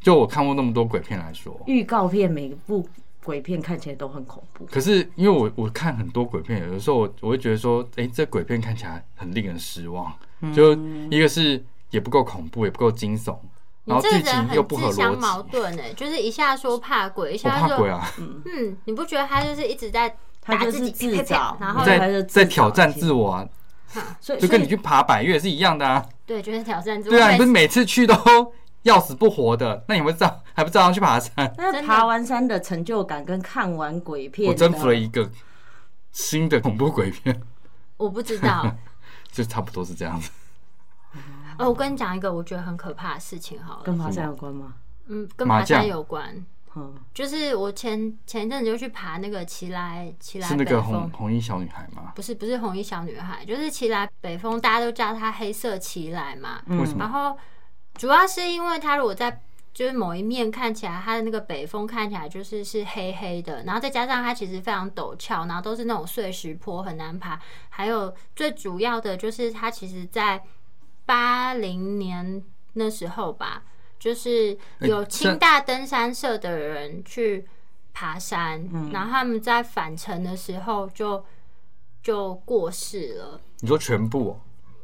Speaker 2: 就我看过那么多鬼片来说，
Speaker 4: 预告片每部鬼片看起来都很恐怖，
Speaker 2: 可是因为我我看很多鬼片，有的时候我我会觉得说，哎、这鬼片看起来很令人失望，就一个是也不够恐怖，也不够惊悚，
Speaker 1: 你
Speaker 2: 然后
Speaker 1: 这个
Speaker 2: 剧
Speaker 1: 人
Speaker 2: 情又
Speaker 1: 很
Speaker 2: 不合
Speaker 1: 自相矛
Speaker 2: 逻辑。
Speaker 1: 盾哎、就是一下说怕鬼，一
Speaker 2: 我
Speaker 1: 下
Speaker 2: 怕
Speaker 1: 说
Speaker 2: 鬼啊！
Speaker 1: 嗯，你不觉得他就是一直在
Speaker 4: 他
Speaker 1: 打
Speaker 4: 就
Speaker 1: 自
Speaker 4: 是
Speaker 1: 己啪啪啪
Speaker 4: 自找
Speaker 1: 然后
Speaker 2: 在
Speaker 4: 对他就自
Speaker 2: 在挑
Speaker 4: 找
Speaker 2: 战
Speaker 4: 性
Speaker 2: 自我啊，
Speaker 4: 所以
Speaker 2: 就
Speaker 4: 所
Speaker 2: 跟你
Speaker 4: 以
Speaker 2: 去爬百越是一样的啊。
Speaker 1: 对，就是挑战自我。
Speaker 2: 对啊，你不是每次去都要死不活的，那你会照 还不照样去爬山？
Speaker 4: 那
Speaker 1: 真的
Speaker 4: 爬完山的成就感跟看完鬼片，
Speaker 2: 我征服了一个新的恐怖鬼片，
Speaker 1: 我不知道。
Speaker 2: 就差不多是这样子。
Speaker 1: 哦，我跟你讲一个我觉得很可怕的事情好了，
Speaker 4: 跟爬山有关吗？
Speaker 1: 嗯，跟
Speaker 2: 麻
Speaker 1: 爬山
Speaker 2: 将
Speaker 1: 有关。
Speaker 4: 嗯，
Speaker 1: 就是我前前一阵子就去爬那个奇来奇来
Speaker 2: 是那
Speaker 1: 啊北
Speaker 2: 个红
Speaker 1: 峰，
Speaker 2: 红衣小女孩吗？
Speaker 1: 不是不是红衣小女孩，就是奇来北风，大家都叫它黑色奇来嘛。
Speaker 2: 为
Speaker 4: 嗯
Speaker 2: 什么
Speaker 1: 然后主要是因为它如果在就是某一面看起来它的那个北风看起来就是是黑黑的，然后再加上它其实非常陡峭，然后都是那种碎石坡，很难爬。还有最主要的就是它其实在八零年那时候吧，就是有
Speaker 2: 哎
Speaker 1: 清
Speaker 2: 这
Speaker 1: 大登山社的人去爬山，然后他们在返程的时候就就过世了。
Speaker 2: 你说全部哦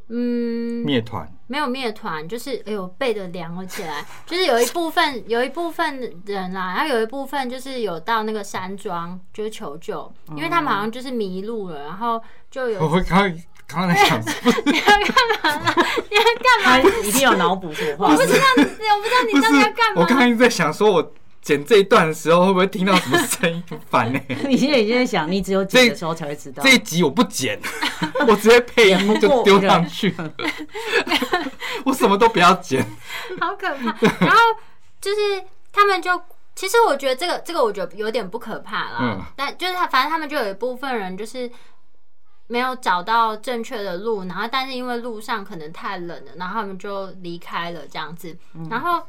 Speaker 1: 嗯，
Speaker 2: 灭团？
Speaker 1: 没有灭团，就是哎呦背的凉了起来， 就是有一部分有一部分人啦、然后有一部分就是有到那个
Speaker 2: 哦
Speaker 1: 山庄就是求救，因为他们好像就是迷路了，然后就有
Speaker 2: 我刚刚刚刚在想，不是
Speaker 1: 你要干嘛啦？你要干嘛？
Speaker 4: 他一定有脑补这个
Speaker 1: 我
Speaker 4: 画
Speaker 1: 不
Speaker 4: 面
Speaker 1: 知。道你，我不知道你
Speaker 2: 不
Speaker 1: 到
Speaker 2: 是
Speaker 1: 底要干，嘛。
Speaker 2: 我刚刚一直在想，说我剪这一段的时候会不会听到什么声音？很烦呢、
Speaker 4: 你现在已经在想，你只有剪的时候才会知道
Speaker 2: 这。一集我不剪，我直接配
Speaker 4: 剪不
Speaker 2: 音
Speaker 4: 过
Speaker 2: 就丢上去， 我什么都不要剪。
Speaker 1: 好可怕。然后就是他们就，其实我觉得这个这个我觉得有点不可怕啦。
Speaker 2: 嗯
Speaker 1: 但就是他，反正他们就有一部分人就是没有找到正确的路，然后但是因为路上可能太冷了，然后他们就离开了这样子。然后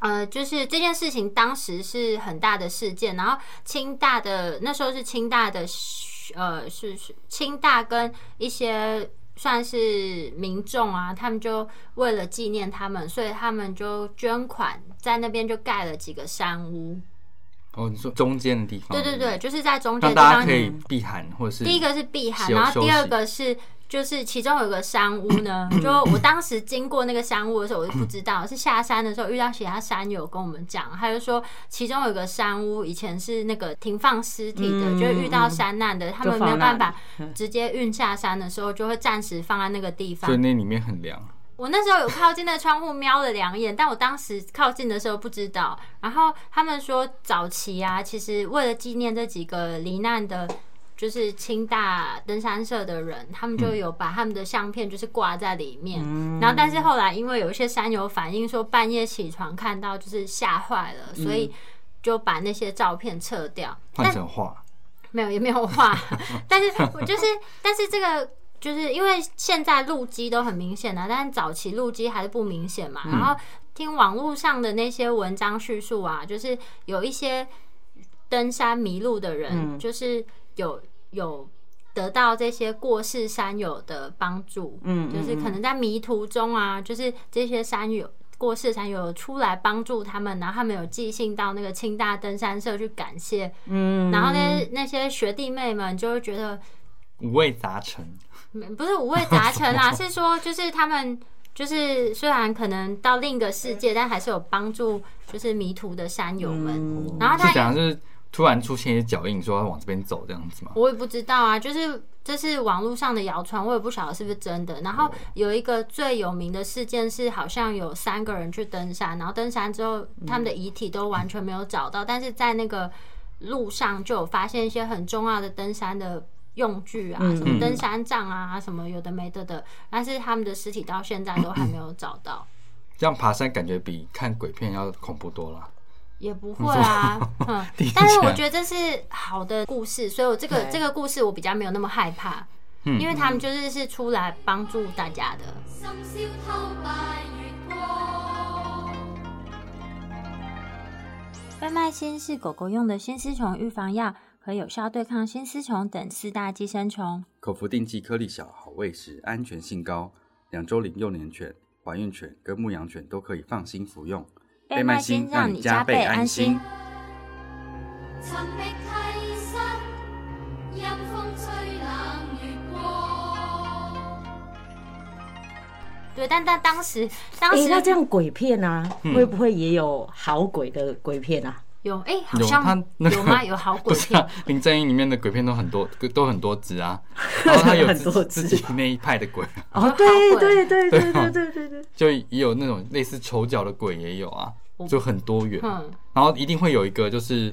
Speaker 1: 呃，就是这件事情当时是很大的事件，然后清大的那时候是清大的学，呃，是是清大跟一些算是民众啊，他们就为了纪念他们，所以他们就捐款在那边就盖了几个山屋。
Speaker 2: 哦，你说中间的地方，
Speaker 1: 对对对，，就是在中间
Speaker 2: 哦让
Speaker 1: 地
Speaker 2: 大家
Speaker 1: 方
Speaker 2: 可。以避寒，或者是
Speaker 1: 第一个是避寒，
Speaker 2: 休
Speaker 1: 然后第二
Speaker 2: 休息
Speaker 1: 个是就是其中有个山屋 呢，就我当时经过那个山屋的时候，我就不知道是下山的时候遇到其他山友跟我们讲，他就说其中有个山屋以前是那个停放尸体的，
Speaker 4: 嗯
Speaker 1: 就是遇到山难的，他们没有
Speaker 4: 放那
Speaker 1: 办
Speaker 4: 里
Speaker 1: 法
Speaker 4: 嗯
Speaker 1: 直接运下山的时候，就会暂时放在那个地方
Speaker 2: 所以。那里面很凉。
Speaker 1: 我那时候有靠近那个窗户瞄了两眼，但我当时靠近的时候不知道。然后他们说，早期啊，其实为了纪念这几个罹难的，就是清大登山社的人，他们就有把他们的相片就是挂在里面。
Speaker 4: 嗯
Speaker 1: 然后，但是后来因为有一些山友反映说，半夜起床看到就是吓坏了，所以就把那些照片撤掉。
Speaker 2: 换成画，
Speaker 1: 没有，也没有画， 但是我就是，但是这个就是因为现在路基都很明显了、但是早期路基还是不明显嘛。
Speaker 4: 嗯
Speaker 1: 然后听网络上的那些文章叙述啊，就是有一些登山迷路的人，
Speaker 4: 嗯
Speaker 1: 就是有有得到这些过世山友的帮助，
Speaker 4: 嗯嗯
Speaker 1: 就是可能在迷途中啊，就是这些山友。过世山友出来帮助他们，然后他们有寄信到那个清大登山社去感谢，
Speaker 4: 嗯
Speaker 1: 然后呢，那些学弟妹们就会觉得，
Speaker 2: 五味杂陈。
Speaker 1: 嗯不是五味杂陈啦，是说就是他们就是虽然可能到另一个世界，但还是有帮助，就是迷途的山
Speaker 4: 嗯
Speaker 1: 友们。然后
Speaker 2: 是
Speaker 1: 他
Speaker 2: 讲就是突然出现一些脚印，说要往这边走这样子嘛。
Speaker 1: 我也不知道啊，就是这是网络上的谣传，我也不晓得是不是真的。然后
Speaker 4: 哦
Speaker 1: 有一个最有名的事件是，好像有三个人去登山，然后登山之后
Speaker 4: 嗯
Speaker 1: 他们的遗体都完全没有找到，但是在那个路上就有发现一些很重要的登山的。用具啊，
Speaker 4: 嗯
Speaker 1: 什么登山杖啊，什么有的没的的，但是他们的尸体到现在都还没有找到，
Speaker 2: 这样爬山感觉比看鬼片要恐怖多了。
Speaker 1: 也不会 啊，嗯
Speaker 2: 听起，来
Speaker 1: 但是我觉得这是好的故事，所以我这个
Speaker 4: 对
Speaker 1: 这个故事我比较没有那么害怕，
Speaker 2: 嗯
Speaker 1: 因为他们就是是出来帮助大家的。
Speaker 3: 深宵偷拜月光。
Speaker 1: 贝麦新是狗狗用的新丝虫预防药，可有效对抗新丝虫等四大寄生虫。
Speaker 2: 口服定剂颗粒小，好喂食，安全性高，两周龄幼年犬、怀孕犬跟牧羊犬都可以放心服用。
Speaker 1: 贝麦新让你加倍安心。
Speaker 3: 寻觅替身，阴风吹冷月光。
Speaker 1: 对，但但当时当
Speaker 4: 哎、
Speaker 1: 时
Speaker 4: 那这样鬼片啊，
Speaker 2: 嗯
Speaker 4: 会不会也有好鬼的鬼片啊？
Speaker 1: 有哎、好
Speaker 2: 有
Speaker 1: 像
Speaker 2: 他那个
Speaker 1: 有吗？有好
Speaker 2: 不
Speaker 1: 鬼
Speaker 2: 是
Speaker 1: 片
Speaker 2: 啊， 林正英里面的鬼片都很多，都很多 只啊，然后他有
Speaker 4: 很多
Speaker 2: 自
Speaker 1: 啊
Speaker 4: 只
Speaker 2: 自己那一派的鬼，
Speaker 1: 有
Speaker 4: 哦
Speaker 1: 好，
Speaker 4: 对
Speaker 1: 鬼
Speaker 4: 对对
Speaker 2: 对
Speaker 4: 对
Speaker 2: 啊
Speaker 4: 对对对对，
Speaker 2: 就也有那种类似丑角的鬼也有啊，
Speaker 1: 哦
Speaker 2: 就很多元。
Speaker 1: 嗯，
Speaker 2: 然后一定会有一个就是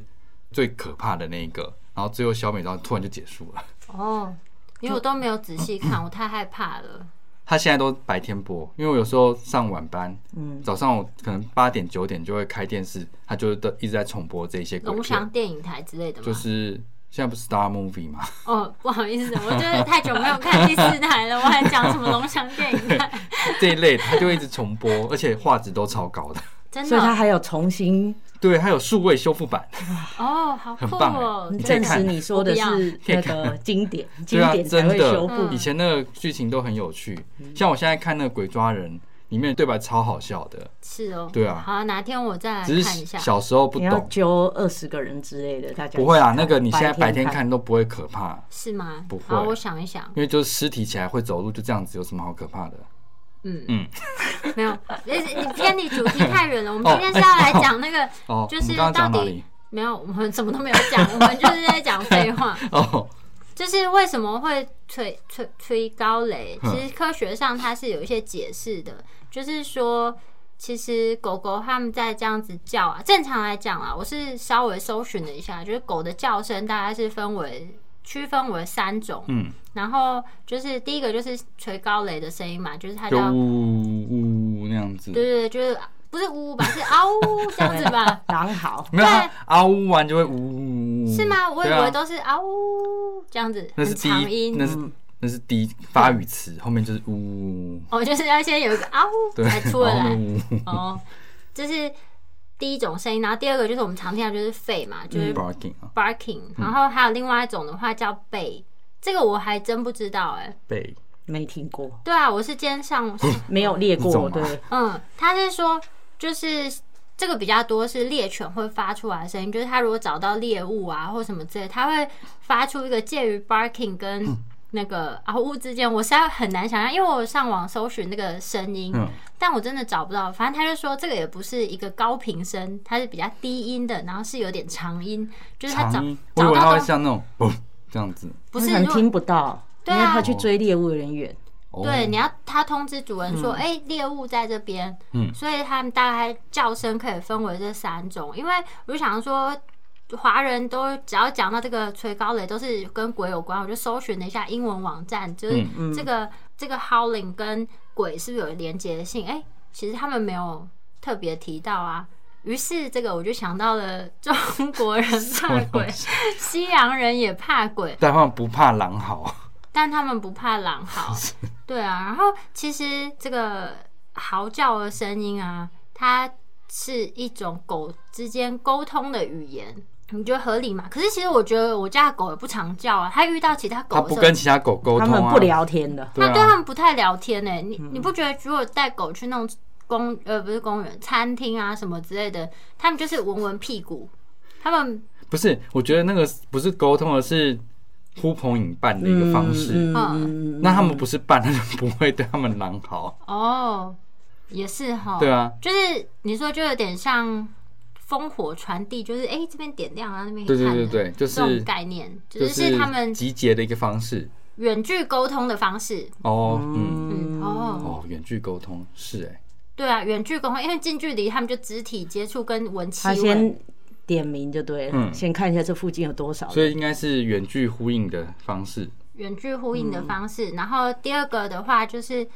Speaker 2: 最可怕的那一个，然后最后小美然后突然就结束了。
Speaker 1: 哦，因为我都没有仔细看，我太害怕了。
Speaker 2: 他现在都白天播，因为我有时候上晚班，
Speaker 4: 嗯
Speaker 2: 早上我可能八点九点就会开电视，他就都一直在重播这些鬼
Speaker 1: 龙翔
Speaker 2: 片，
Speaker 1: 电影台之类的吗？
Speaker 2: 就是现在不是 Star Movie 嘛，
Speaker 1: 哦，不好意思，我真的太久没有看第四台了，我还讲什么龙翔电影 台？
Speaker 2: 这一类的他就会一直重播，而且画质都超高的。
Speaker 1: 真
Speaker 4: 所
Speaker 1: 的
Speaker 4: 以他
Speaker 1: 哦
Speaker 4: 还有重新
Speaker 2: 对，还有数位修复版，
Speaker 1: 哦，好酷
Speaker 2: 很棒
Speaker 1: 哦！
Speaker 2: 你可以
Speaker 4: 证
Speaker 2: 看
Speaker 4: 实你说的
Speaker 1: 我不
Speaker 4: 是那个经典，经
Speaker 2: 对啊，
Speaker 4: 典才
Speaker 2: 真
Speaker 4: 会修
Speaker 2: 的，
Speaker 4: 复嗯
Speaker 2: 以。前那个剧情都很有趣，像我现在看那个《鬼抓人》，里面的对白超好笑的，
Speaker 1: 是哦，
Speaker 2: 对啊
Speaker 1: 好，哪天我再来
Speaker 2: 只
Speaker 1: 看一
Speaker 2: 是
Speaker 1: 下。
Speaker 2: 小时候不
Speaker 4: 你要
Speaker 2: 懂，
Speaker 4: 揪二十个人之类的，大家
Speaker 2: 不会啊，
Speaker 4: 一起
Speaker 2: 那个你现在白
Speaker 4: 白
Speaker 2: 天
Speaker 4: 天？
Speaker 2: 看都不会可怕，
Speaker 1: 是吗？
Speaker 2: 不会
Speaker 1: 好，我想一想，
Speaker 2: 因为就是尸体起来会走路，就这样子，有什么好可怕的？
Speaker 1: 嗯
Speaker 2: 嗯，
Speaker 1: 没有，你你偏离主题太远了。我们今天是要来讲那个，
Speaker 2: 哦，
Speaker 1: 就
Speaker 2: 你
Speaker 1: 是
Speaker 2: 刚刚
Speaker 1: 到
Speaker 2: 讲哪
Speaker 1: 底
Speaker 2: 里？
Speaker 1: 没有，我们什么都没有讲，我们就是在讲废话。
Speaker 2: 哦，
Speaker 1: 就是为什么会吹吹吹高雷？
Speaker 2: 嗯
Speaker 1: 其实科学上它是有一些解释的，就是说，其实狗狗它们在这样子叫啊，正常来讲啊，我是稍微搜寻了一下，就是狗的叫声大概是分为区分为三种，
Speaker 2: 嗯，
Speaker 1: 然后就是第一个就是吹高雷的声音嘛，就是它
Speaker 2: 就
Speaker 1: 叫，
Speaker 2: 呜呜那样子。
Speaker 1: 对对对，就是不是呜呜吧，是嗷呜这样子吧
Speaker 4: 狼嚎，
Speaker 2: 没有，
Speaker 1: 对
Speaker 2: 它嗷呜完就会呜。
Speaker 1: 是吗？我以
Speaker 2: 对啊
Speaker 1: 为都是嗷呜这样子，
Speaker 2: 那
Speaker 1: 很
Speaker 2: 是第
Speaker 1: 长
Speaker 2: 一，
Speaker 1: 音，嗯
Speaker 2: 那是那是第一发语词，后面就是呜，
Speaker 1: 哦，就是要先有一个嗷
Speaker 2: 对，
Speaker 1: 才出得
Speaker 2: 然后
Speaker 1: 来。
Speaker 2: 呜，
Speaker 1: 哦，这是第一种声音，然后第二个就是我们常听到就是吠嘛，就是
Speaker 2: barking 啊，
Speaker 1: barking，、然后还有另外一种的话叫吠，这个我还真不知道哎、
Speaker 2: 背
Speaker 4: 没听过，
Speaker 1: 对啊，我是今天上午，
Speaker 4: 没有猎
Speaker 2: 你啊懂
Speaker 4: 过，
Speaker 2: 吗
Speaker 4: 对，
Speaker 1: 嗯，他是说就是。这个比较多是猎犬会发出来的声音，就是它如果找到猎物啊或什么之类，它会发出一个介于 barking
Speaker 2: 嗯
Speaker 1: 跟那个嗷呜之间。我实在很难想象，因为我上网搜寻那个声音，
Speaker 2: 嗯，
Speaker 1: 但我真的找不到，反正他就说这个也不是一个高频声，它是比较低音的，然后是有点长音，就是他找
Speaker 2: 长音，我以
Speaker 1: 找
Speaker 2: 为它
Speaker 1: 到
Speaker 2: 会
Speaker 1: 都
Speaker 2: 像那种嘣这样子，
Speaker 1: 不是
Speaker 4: 很
Speaker 1: 如果
Speaker 4: 听不到，
Speaker 1: 对
Speaker 4: 因为
Speaker 1: 啊
Speaker 4: 他去追猎物的人员，
Speaker 2: 哦
Speaker 1: 对，你要他通知主人说，哎、猎、物在这边，
Speaker 2: 嗯
Speaker 1: 所以他们大概叫声可以分为这三种，因为我就想说。华人都只要讲到这个垂高雷，都是跟鬼有关。我就搜寻了一下英文网站，就是
Speaker 2: 嗯
Speaker 1: 这个、这个 howling 跟鬼是不是有连结性？哎、其实他们没有特别提到啊。于是这个我就想到了中国人怕鬼， 西洋人也怕鬼，
Speaker 2: 但他们不怕狼嚎，
Speaker 1: 但他们不怕狼 嚎，对啊。然后其实这个嚎叫的声音啊，它是一种狗之间沟通的语言，你觉得合理吗？可是其实我觉得我家的狗也不常叫啊，它遇到其他
Speaker 2: 它
Speaker 1: 狗的
Speaker 2: 不
Speaker 1: 时候
Speaker 2: 跟。其他狗沟
Speaker 4: 他
Speaker 2: 通
Speaker 4: 们
Speaker 2: 啊，
Speaker 4: 不聊天的，
Speaker 2: 对
Speaker 1: 它对他
Speaker 2: 啊，嗯
Speaker 1: 们不太聊天呢、你你不觉得如果带狗去那种公呃不是公园餐厅啊什么之类的，他们就是闻闻屁股，他们
Speaker 2: 不是，我觉得那个不是沟通，而是呼朋引伴的一个方式。
Speaker 1: 哦
Speaker 4: 嗯，
Speaker 2: 那他们不是伴，他就不会对他们狼嚎，
Speaker 1: 哦也是哈，
Speaker 2: 对啊，
Speaker 1: 就是你说就有点像烽火传递，就是哎、诶这边点亮啊，那边
Speaker 2: 对
Speaker 1: 也
Speaker 2: 对
Speaker 1: 看
Speaker 2: 对
Speaker 1: 了
Speaker 2: 对，就
Speaker 1: 这种
Speaker 2: 是
Speaker 1: 概念，
Speaker 2: 就
Speaker 1: 只是他们
Speaker 2: 集结的一个方式。
Speaker 1: 远距沟通的方式。
Speaker 2: 哦，嗯，
Speaker 1: 嗯哦，
Speaker 2: 哦，远距沟通是哎，
Speaker 1: 对啊，远距沟通，因为近距离他们就肢体接触跟闻气
Speaker 4: 他
Speaker 1: 味。
Speaker 4: 先点名就对了，
Speaker 2: 嗯
Speaker 4: 先看一下这附近有多少人，
Speaker 2: 所以应该是远距呼应的方式。
Speaker 1: 远距呼应
Speaker 2: 嗯
Speaker 1: 的方式。然后第二个的话就是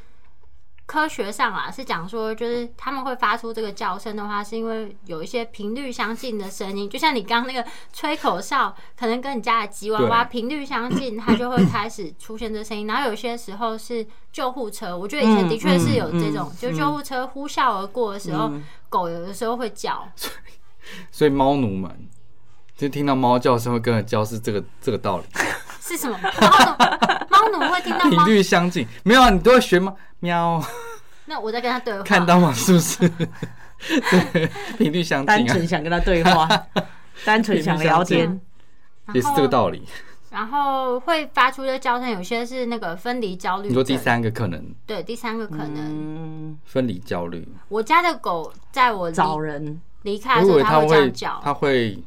Speaker 1: 科学上啊，是讲说就是他们会发出这个叫声的话，是因为有一些频率相近的声音，就像你刚刚那个吹口哨，可能跟你家的吉娃娃频率相近，它就会开始出现这声音。然后有些时候是救护车，我觉得以前的确是有这
Speaker 2: 嗯
Speaker 1: 种，就救护车呼啸而过的时候，狗有的时候会叫。
Speaker 2: 所以猫奴们就听到猫叫声会跟着叫，是这个这个道理，
Speaker 1: 是什么？猫奴，猫奴会听到
Speaker 2: 频
Speaker 1: 猫，
Speaker 2: 率相近。没有啊，你都会学吗？喵，
Speaker 1: 那我在跟它对话。嗯
Speaker 2: 看到吗？是不 是？对，频率相
Speaker 4: 单
Speaker 2: 近啊
Speaker 4: 纯，想跟他 对话，单纯想聊天，
Speaker 1: 然
Speaker 2: 也是这个
Speaker 1: 后
Speaker 2: 道理。
Speaker 1: 然后会发出的叫声，有些是那个分离焦虑。
Speaker 2: 你说第，三个可能
Speaker 1: 对，第三个可能，
Speaker 4: 嗯，
Speaker 2: 分离焦虑，
Speaker 1: 我家的狗在我离
Speaker 4: 找人，
Speaker 1: 离
Speaker 2: 我
Speaker 1: 开的
Speaker 2: 以
Speaker 1: 时候，
Speaker 2: 为
Speaker 1: 它
Speaker 2: 它
Speaker 1: 会这
Speaker 2: 会
Speaker 1: 样叫。
Speaker 2: 它会比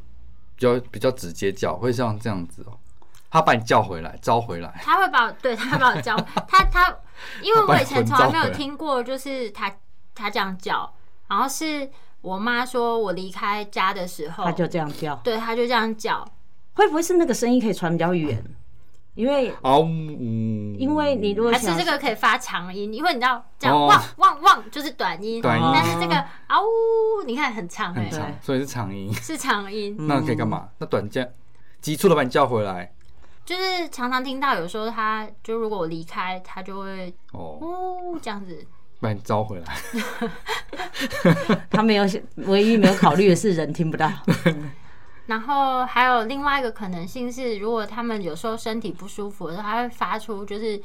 Speaker 2: 较比较直接叫，会像这样子哦，它把你叫回来，招回来。
Speaker 1: 它会把我， 对，它会把我叫，它它，因为我以前从来没有听过，就是它它这样叫，然后是我妈说我离开家的时候，
Speaker 4: 他就这样叫，
Speaker 1: 对，它就这样叫，
Speaker 4: 会不会是那个声音可以传比较远？因为
Speaker 2: 嗷呜！
Speaker 4: 因为你如果
Speaker 1: 还是
Speaker 4: 想
Speaker 1: 这个可以发长音，因为你知道这样
Speaker 2: 哦
Speaker 1: 汪汪汪就是短音，
Speaker 2: 短音
Speaker 1: 但是这个嗷呜，你看很长哎
Speaker 2: 很，长，所以是长音。
Speaker 1: 是长音，
Speaker 2: 那可以干嘛？那短叫，急促的把你叫回来。
Speaker 1: 就是常常听到，有时候他就如果我离开，他就会嗯
Speaker 2: 哦，
Speaker 1: 呜这样子。
Speaker 2: 把你招回来，
Speaker 4: 他没有唯一没有考虑的是人听不 到，
Speaker 1: 然后还有另外一个可能性是，如果他们有时候身体不舒服的时候，他会发出就是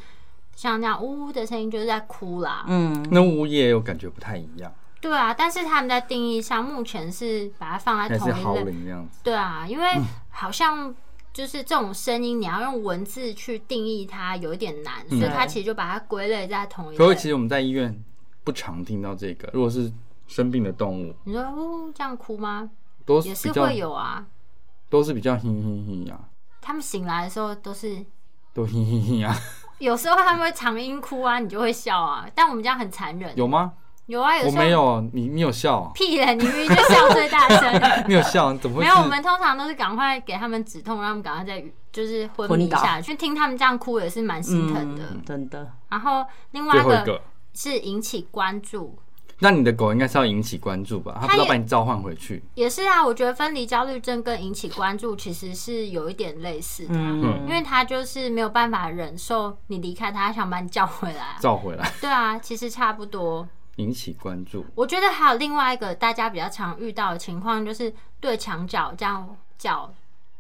Speaker 1: 像那样呜呜的声音，就是在哭啦。
Speaker 4: 嗯，
Speaker 2: 那呜也有感觉不太一样，
Speaker 1: 对啊，但是他们在定义上目前是把它放在
Speaker 2: 还
Speaker 1: 同
Speaker 2: 是嗯
Speaker 1: 一
Speaker 2: 嚎
Speaker 1: 类。
Speaker 2: 铃这样子。
Speaker 1: 对啊，因为好像就是这种声音，你要用文字去定义它有一点难，所以它其实就把它归类在同一
Speaker 2: 可
Speaker 1: 类
Speaker 2: 是。嗯其实我们在医院不常听到这个，如果是生病的动物，
Speaker 1: 你说呜这样哭吗？
Speaker 2: 都是
Speaker 1: 也
Speaker 2: 比
Speaker 1: 是
Speaker 2: 较
Speaker 1: 会有啊。
Speaker 2: 都是比较嘿嘿嘿啊，
Speaker 1: 他们醒来的时候都是
Speaker 2: 都嘿嘿嘿啊，
Speaker 1: 有时候他们会长音哭啊，你就会笑啊。但我们家很残忍，
Speaker 2: 有吗？
Speaker 1: 有啊，有
Speaker 2: 我
Speaker 1: 时候
Speaker 2: 没有，你你有笑，。
Speaker 1: 屁嘞，你明明就笑最大声了
Speaker 2: 你有笑，怎么会
Speaker 1: 没
Speaker 2: 是？
Speaker 1: 有，我们通常都是赶快给他们止痛，让他们赶快再就是昏
Speaker 4: 昏
Speaker 1: 迷
Speaker 4: 倒
Speaker 1: 下去。听他们这样哭也是蛮心疼的。
Speaker 4: 嗯真的。
Speaker 1: 然后另外
Speaker 2: 最
Speaker 1: 一
Speaker 2: 后一
Speaker 1: 个
Speaker 2: 个，
Speaker 1: 是引起关注，
Speaker 2: 那你的狗应该是要引起关注吧？它不
Speaker 1: 它
Speaker 2: 知道
Speaker 1: 也
Speaker 2: 把你召唤回去，
Speaker 1: 也是啊，我觉得分离焦虑症跟引起关注其实是有一点类似的啊、因
Speaker 4: 嗯，
Speaker 1: 为他就是没有办法忍受你离开他，他想把你叫回来啊。
Speaker 2: 召回来，
Speaker 1: 对啊，其实差不多。
Speaker 2: 引起关注。
Speaker 1: 我觉得还有另外一个大家比较常遇到的情况，就是对墙角这样叫，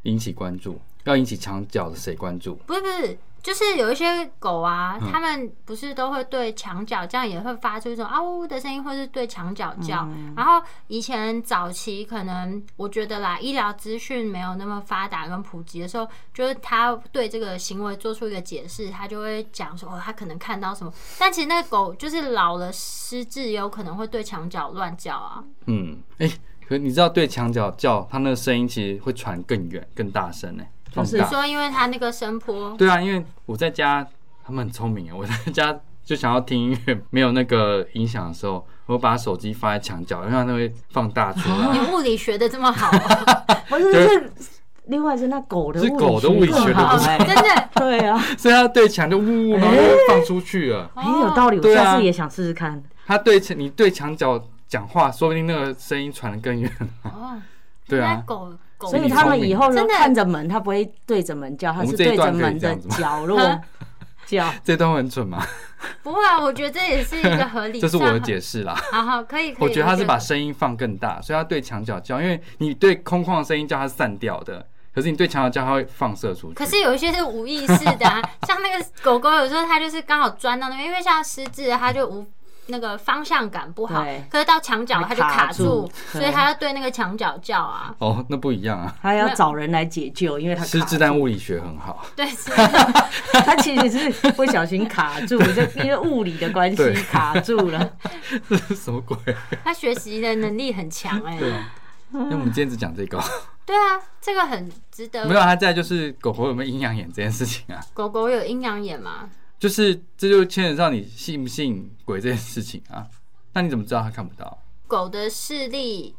Speaker 2: 引起关注，要引起墙角的谁关注？
Speaker 1: 不是不是，就是有一些狗啊，它们不是都会对墙角这样也会发出一种啊呜呜的声音，或是对墙角叫。然后以前早期可能我觉得啦，医疗资讯没有那么发达跟普及的时候，就是它对这个行为做出一个解释，它就会讲说哦，它可能看到什么。但其实那个狗就是老了失智，也有可能会对墙角乱叫啊。
Speaker 2: 嗯，哎、可你知道对墙角叫，它那个声音其实会传更远、更大声呢、放
Speaker 4: 就是
Speaker 1: 你
Speaker 2: 大。
Speaker 1: 说因为它那个声波，
Speaker 2: 对啊，因为我在家，他们很聪明啊，我在 家就想要听音乐，没有那个音响的时候，我把手机放在墙角，因为它那会放大出来。
Speaker 1: 你物理学的这么 好，
Speaker 4: 不是
Speaker 2: 就是
Speaker 4: 是另外是那狗的
Speaker 2: 是狗的物理学
Speaker 4: 更
Speaker 2: 的
Speaker 4: 好
Speaker 2: 不是
Speaker 4: 哎
Speaker 1: 真的。
Speaker 4: 对啊，
Speaker 2: 所以它对墙就呜呜，然后就放出去了。
Speaker 1: 哦
Speaker 4: 哎，有道理，我
Speaker 2: 对啊
Speaker 4: 下次也想试试看。
Speaker 2: 它对墙你对墙角讲话，说不定那个声音传得更远。
Speaker 1: 哦，
Speaker 2: 对
Speaker 1: 那
Speaker 2: 啊，
Speaker 1: 狗狗
Speaker 4: 所以
Speaker 2: 你
Speaker 4: 他们以后
Speaker 1: 聪明
Speaker 4: 呢
Speaker 1: 哦真的
Speaker 4: 看着门，它不会对着门叫，它
Speaker 2: 我
Speaker 4: 是
Speaker 2: 们这一
Speaker 4: 对着
Speaker 2: 段可以
Speaker 4: 门
Speaker 2: 这
Speaker 4: 的
Speaker 2: 样子 吗
Speaker 4: 角落叫。
Speaker 2: 这段会很准吗？
Speaker 1: 不会啊，我觉得这也是一个合理。
Speaker 2: 这是我的解 释啦。
Speaker 1: 好好，可以可以。
Speaker 2: 我觉得他是把声音放更大，所以他对墙角叫，因为你对空旷的声音叫它是散掉的，可是你对墙角叫它会放射出去。
Speaker 1: 可是有一些是无意识的、啊， 像那个狗狗有时候它就是刚好钻到那边，因为像失智的它就无那个方向感不好
Speaker 4: 对，
Speaker 1: 可是到墙角它就卡住
Speaker 4: 卡，住对
Speaker 1: 所以它要对那个墙角叫 啊。
Speaker 2: 哦，那不一样 啊，
Speaker 4: 他要找人来解救，因为他
Speaker 2: 失
Speaker 4: 卡
Speaker 2: 智但物理学很好。
Speaker 1: 对，是
Speaker 4: 他其实是不小心卡 住，就因为物理的关系
Speaker 2: 对
Speaker 4: 卡住了。
Speaker 2: 这是什么鬼？
Speaker 1: 它学习的能力很强哎、
Speaker 2: 对啊，那我们今天只讲这 个，
Speaker 1: 对啊，这个很值得
Speaker 2: 没。有啊他在就是狗狗有没有阴阳眼这件事情啊，
Speaker 1: 狗狗有阴阳眼吗？
Speaker 2: 就是这就牵扯到你信不信鬼这件事情啊。那你怎么知道他看不到？
Speaker 1: 狗的视力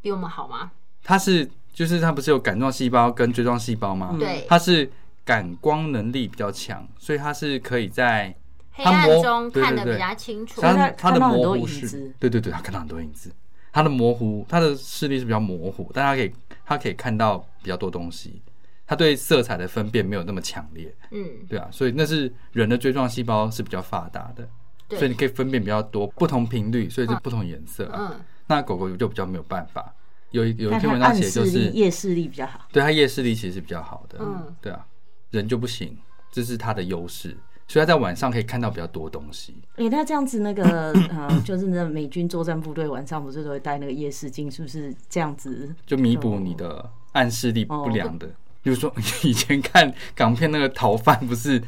Speaker 1: 比我们好吗？
Speaker 2: 它是就是它不是有感状细胞跟锥状细胞吗？
Speaker 1: 嗯对
Speaker 2: 它是感光能力比较强，所以它是可以在
Speaker 1: 黑
Speaker 2: 它
Speaker 1: 暗
Speaker 2: 模
Speaker 1: 中
Speaker 2: 对对
Speaker 1: 看得比
Speaker 2: 对
Speaker 1: 较清楚。
Speaker 4: 所以
Speaker 2: 它
Speaker 4: 他
Speaker 2: 它
Speaker 4: 看
Speaker 2: 的
Speaker 4: 到很
Speaker 2: 模
Speaker 4: 多
Speaker 2: 糊
Speaker 4: 影
Speaker 2: 是
Speaker 4: 子，
Speaker 2: 对对对，它看到很多影子，它的模糊，它的视力是比较模糊，但它可以它可以看到比较多东西，它对色彩的分辨没有那么强烈，
Speaker 1: 嗯，
Speaker 2: 对啊，所以那是人的锥状细胞是比较发达的，
Speaker 1: 对
Speaker 2: 所以你可以分辨比较多不同频率，所以是不同颜色、啊。
Speaker 1: 嗯，
Speaker 2: 那狗狗就比较没有办法，有一有一
Speaker 4: 但
Speaker 2: 篇
Speaker 4: 他
Speaker 2: 文章
Speaker 4: 暗
Speaker 2: 写
Speaker 4: 视
Speaker 2: 就是
Speaker 4: 力、夜视力比较好。
Speaker 2: 对他夜视力其实是比较好的，
Speaker 1: 嗯
Speaker 2: 对啊，人就不行，这是他的优势，所以他在晚上可以看到比较多东西。
Speaker 4: 诶，那这样子那个 呃，就是那美军作战部队晚上不是都会戴那个夜视镜，是不是这样子？
Speaker 2: 就弥补你的暗视力不良
Speaker 1: 哦
Speaker 2: 的。比如说以前看港片那个逃犯，不是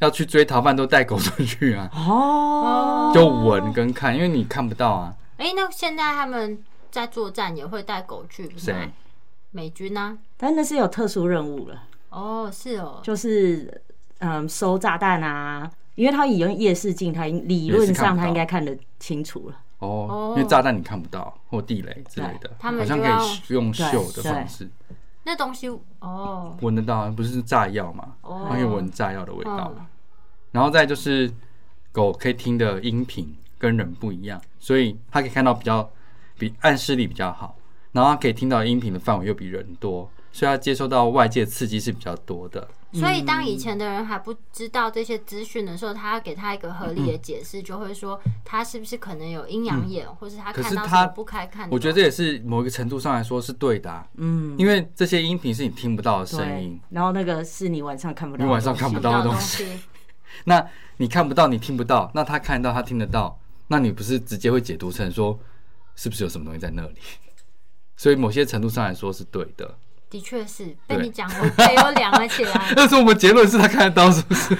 Speaker 2: 要去追逃犯都带狗出去啊，
Speaker 4: 哦，
Speaker 2: 就闻跟看，因为你看不到啊。
Speaker 1: 哎、那现在他们在作战也会带狗去，不是
Speaker 2: 谁
Speaker 1: 吗？美军呢、
Speaker 4: 但那是有特殊任务了，
Speaker 1: 哦，是哦，
Speaker 4: 就是嗯，收炸弹啊，因为他已用夜视镜，他应理论上他应该看得清楚了。
Speaker 2: 哦
Speaker 1: 哦，
Speaker 2: 因为炸弹你看不到或地雷之类的，
Speaker 1: 他们
Speaker 2: 好像
Speaker 1: 就
Speaker 2: 可
Speaker 1: 要
Speaker 2: 以用嗅的方式
Speaker 1: 那东西哦，
Speaker 2: 闻得到啊，不是炸药嘛，
Speaker 1: 哦
Speaker 2: 它可以闻炸药的味道嘛
Speaker 1: 嗯。
Speaker 2: 然后再就是狗可以听的音频跟人不一样，所以它可以看到比较比暗视力比较好，然后它可以听到的音频的范围又比人多，所以它接收到外界刺激是比较多的。
Speaker 1: 所以当以前的人还不知道这些资讯的时候，他要给他一个合理的解释，就会说他是不是可能有阴阳眼，或是他
Speaker 2: 可是
Speaker 1: 看到什
Speaker 2: 他
Speaker 1: 么不该看的。
Speaker 2: 我觉得这也是某一个程度上来说是对的、啊，
Speaker 4: 嗯，
Speaker 2: 因为这些音频是你听不到的声
Speaker 4: 对
Speaker 2: 音，。
Speaker 4: 然后那个是你晚上看不到
Speaker 2: 你
Speaker 4: 的，
Speaker 2: 晚上看不到的东
Speaker 1: 东
Speaker 2: 西，
Speaker 1: 西，
Speaker 2: 那你看不到，你听不到，那他看得到，他听得到，那你不是直接会解读成说是不是有什么东西在那里？所以某些程度上来说是对的，
Speaker 1: 的确是被
Speaker 6: 对
Speaker 1: 你讲，我背又凉了起来。
Speaker 2: 但是我们结论是他看得到，是不是？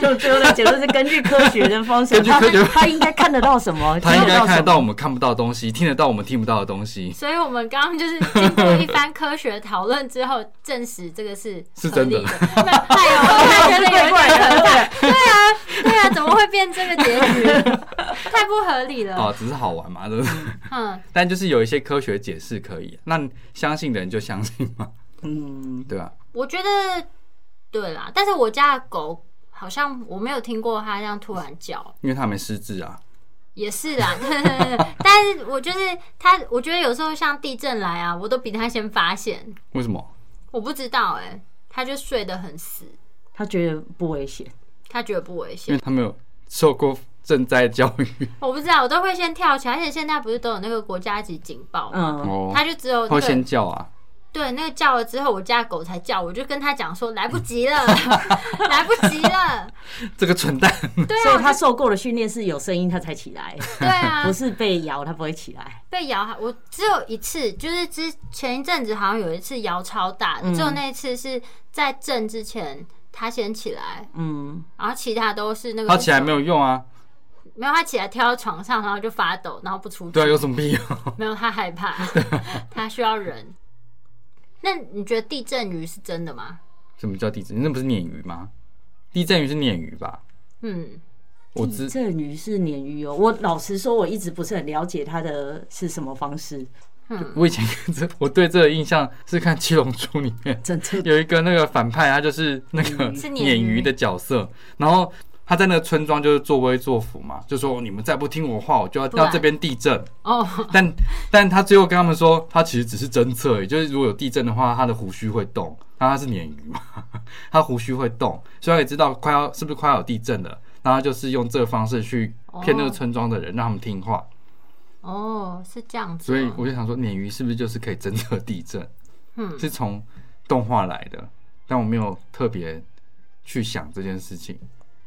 Speaker 4: 就最后的结论是根据科学的方向，
Speaker 2: 根据科学
Speaker 4: 他他应该看得到什么？
Speaker 2: 他应该看得到我
Speaker 4: 们。
Speaker 2: 们看不到的东西，听得到我们听不到的东 西，
Speaker 1: 所以我们刚刚就是经过一番科学讨论之后，证实这个是
Speaker 2: 是
Speaker 1: 合
Speaker 2: 真
Speaker 1: 理
Speaker 2: 的
Speaker 1: 的。那哎呦，我还 觉得有一点可怕。 对啊，对啊，怎么会变这个结局？太不合理了。
Speaker 2: 啊，只是好玩嘛，对不对？
Speaker 1: 嗯，
Speaker 2: 但就是有一些科学解释可以，啊那相信的人就相信嘛，
Speaker 4: 嗯，
Speaker 2: 对吧？啊
Speaker 1: 我觉得对啦，但是我家的狗好像我没有听过它这样突然叫，
Speaker 2: 因为他们失智啊，
Speaker 1: 也是啦。但是我就是它，我觉得有时候像地震来啊，我都比它先发现。
Speaker 2: 为什么？
Speaker 1: 我不知道哎、它就睡得很死，
Speaker 4: 他觉得不危险。
Speaker 1: 它觉得不危
Speaker 2: 因
Speaker 1: 险
Speaker 2: 为。他们有受过赈灾教育，
Speaker 1: 我不知道，我都会先跳起来，而且现在不是都有那个国家级警报吗？
Speaker 4: 嗯，
Speaker 2: 哦，
Speaker 1: 它就只有
Speaker 2: 他会
Speaker 1: 那
Speaker 2: 先
Speaker 1: 个
Speaker 2: 叫啊，
Speaker 1: 对那个叫了之后，我家的狗才叫，我就跟它讲说来不及 了，来不及了。
Speaker 2: 这个蠢蛋，
Speaker 1: 对
Speaker 4: 所以
Speaker 1: 啊，
Speaker 4: 他受过的训练是有声音他才起来，
Speaker 1: 对啊，
Speaker 4: 不是被咬他不会起来。
Speaker 1: 被摇，我只有一次，就是之前一阵子好像有一次摇超大的，
Speaker 4: 嗯
Speaker 1: 只有那一次是在震之前他先起来，
Speaker 4: 嗯，
Speaker 1: 然后其他都是那个
Speaker 2: 他起来没有用啊，
Speaker 1: 没有他起来跳到床上，然后就发抖，然后不出去，
Speaker 2: 对啊，有什么必要？
Speaker 1: 没有他害怕，他需要人。那你觉得地震鱼是真的吗？
Speaker 2: 什么叫地震？那不是鲶鱼吗？地震鱼是鲶鱼吧？
Speaker 1: 嗯，
Speaker 2: 我
Speaker 4: 地
Speaker 2: 知
Speaker 4: 震鱼是鲶鱼哦。我老实说，我一直不是很了解它的是什么方式。
Speaker 2: 我以前 看这，我对这个印象是看《七龙珠》里面
Speaker 4: 真正
Speaker 2: 有一个那个反派，他就是那个
Speaker 1: 是鲶
Speaker 2: 鲶
Speaker 1: 鱼
Speaker 2: 鱼的角色，然后他在那个村庄就是作威作福嘛，就说你们再不听我话，我就要
Speaker 1: 对啊
Speaker 2: 到这边地震。
Speaker 1: 哦，
Speaker 2: 但但他最后跟他们说，他其实只是侦测而已，也就是如果有地震的话，他的胡须会动，那他是鲶鱼嘛， 他胡须会动，所以他也知道快要是不是快要有地震了。然后他就是用这个方式去骗那
Speaker 1: 哦
Speaker 2: 个村庄的人，让他们听话。
Speaker 1: 哦，是这样子哦、
Speaker 2: 所以我就想说，鲶鱼是不是就是可以侦测地震？
Speaker 1: 嗯，
Speaker 2: 是从动画来的，但我没有特别去想这件事情。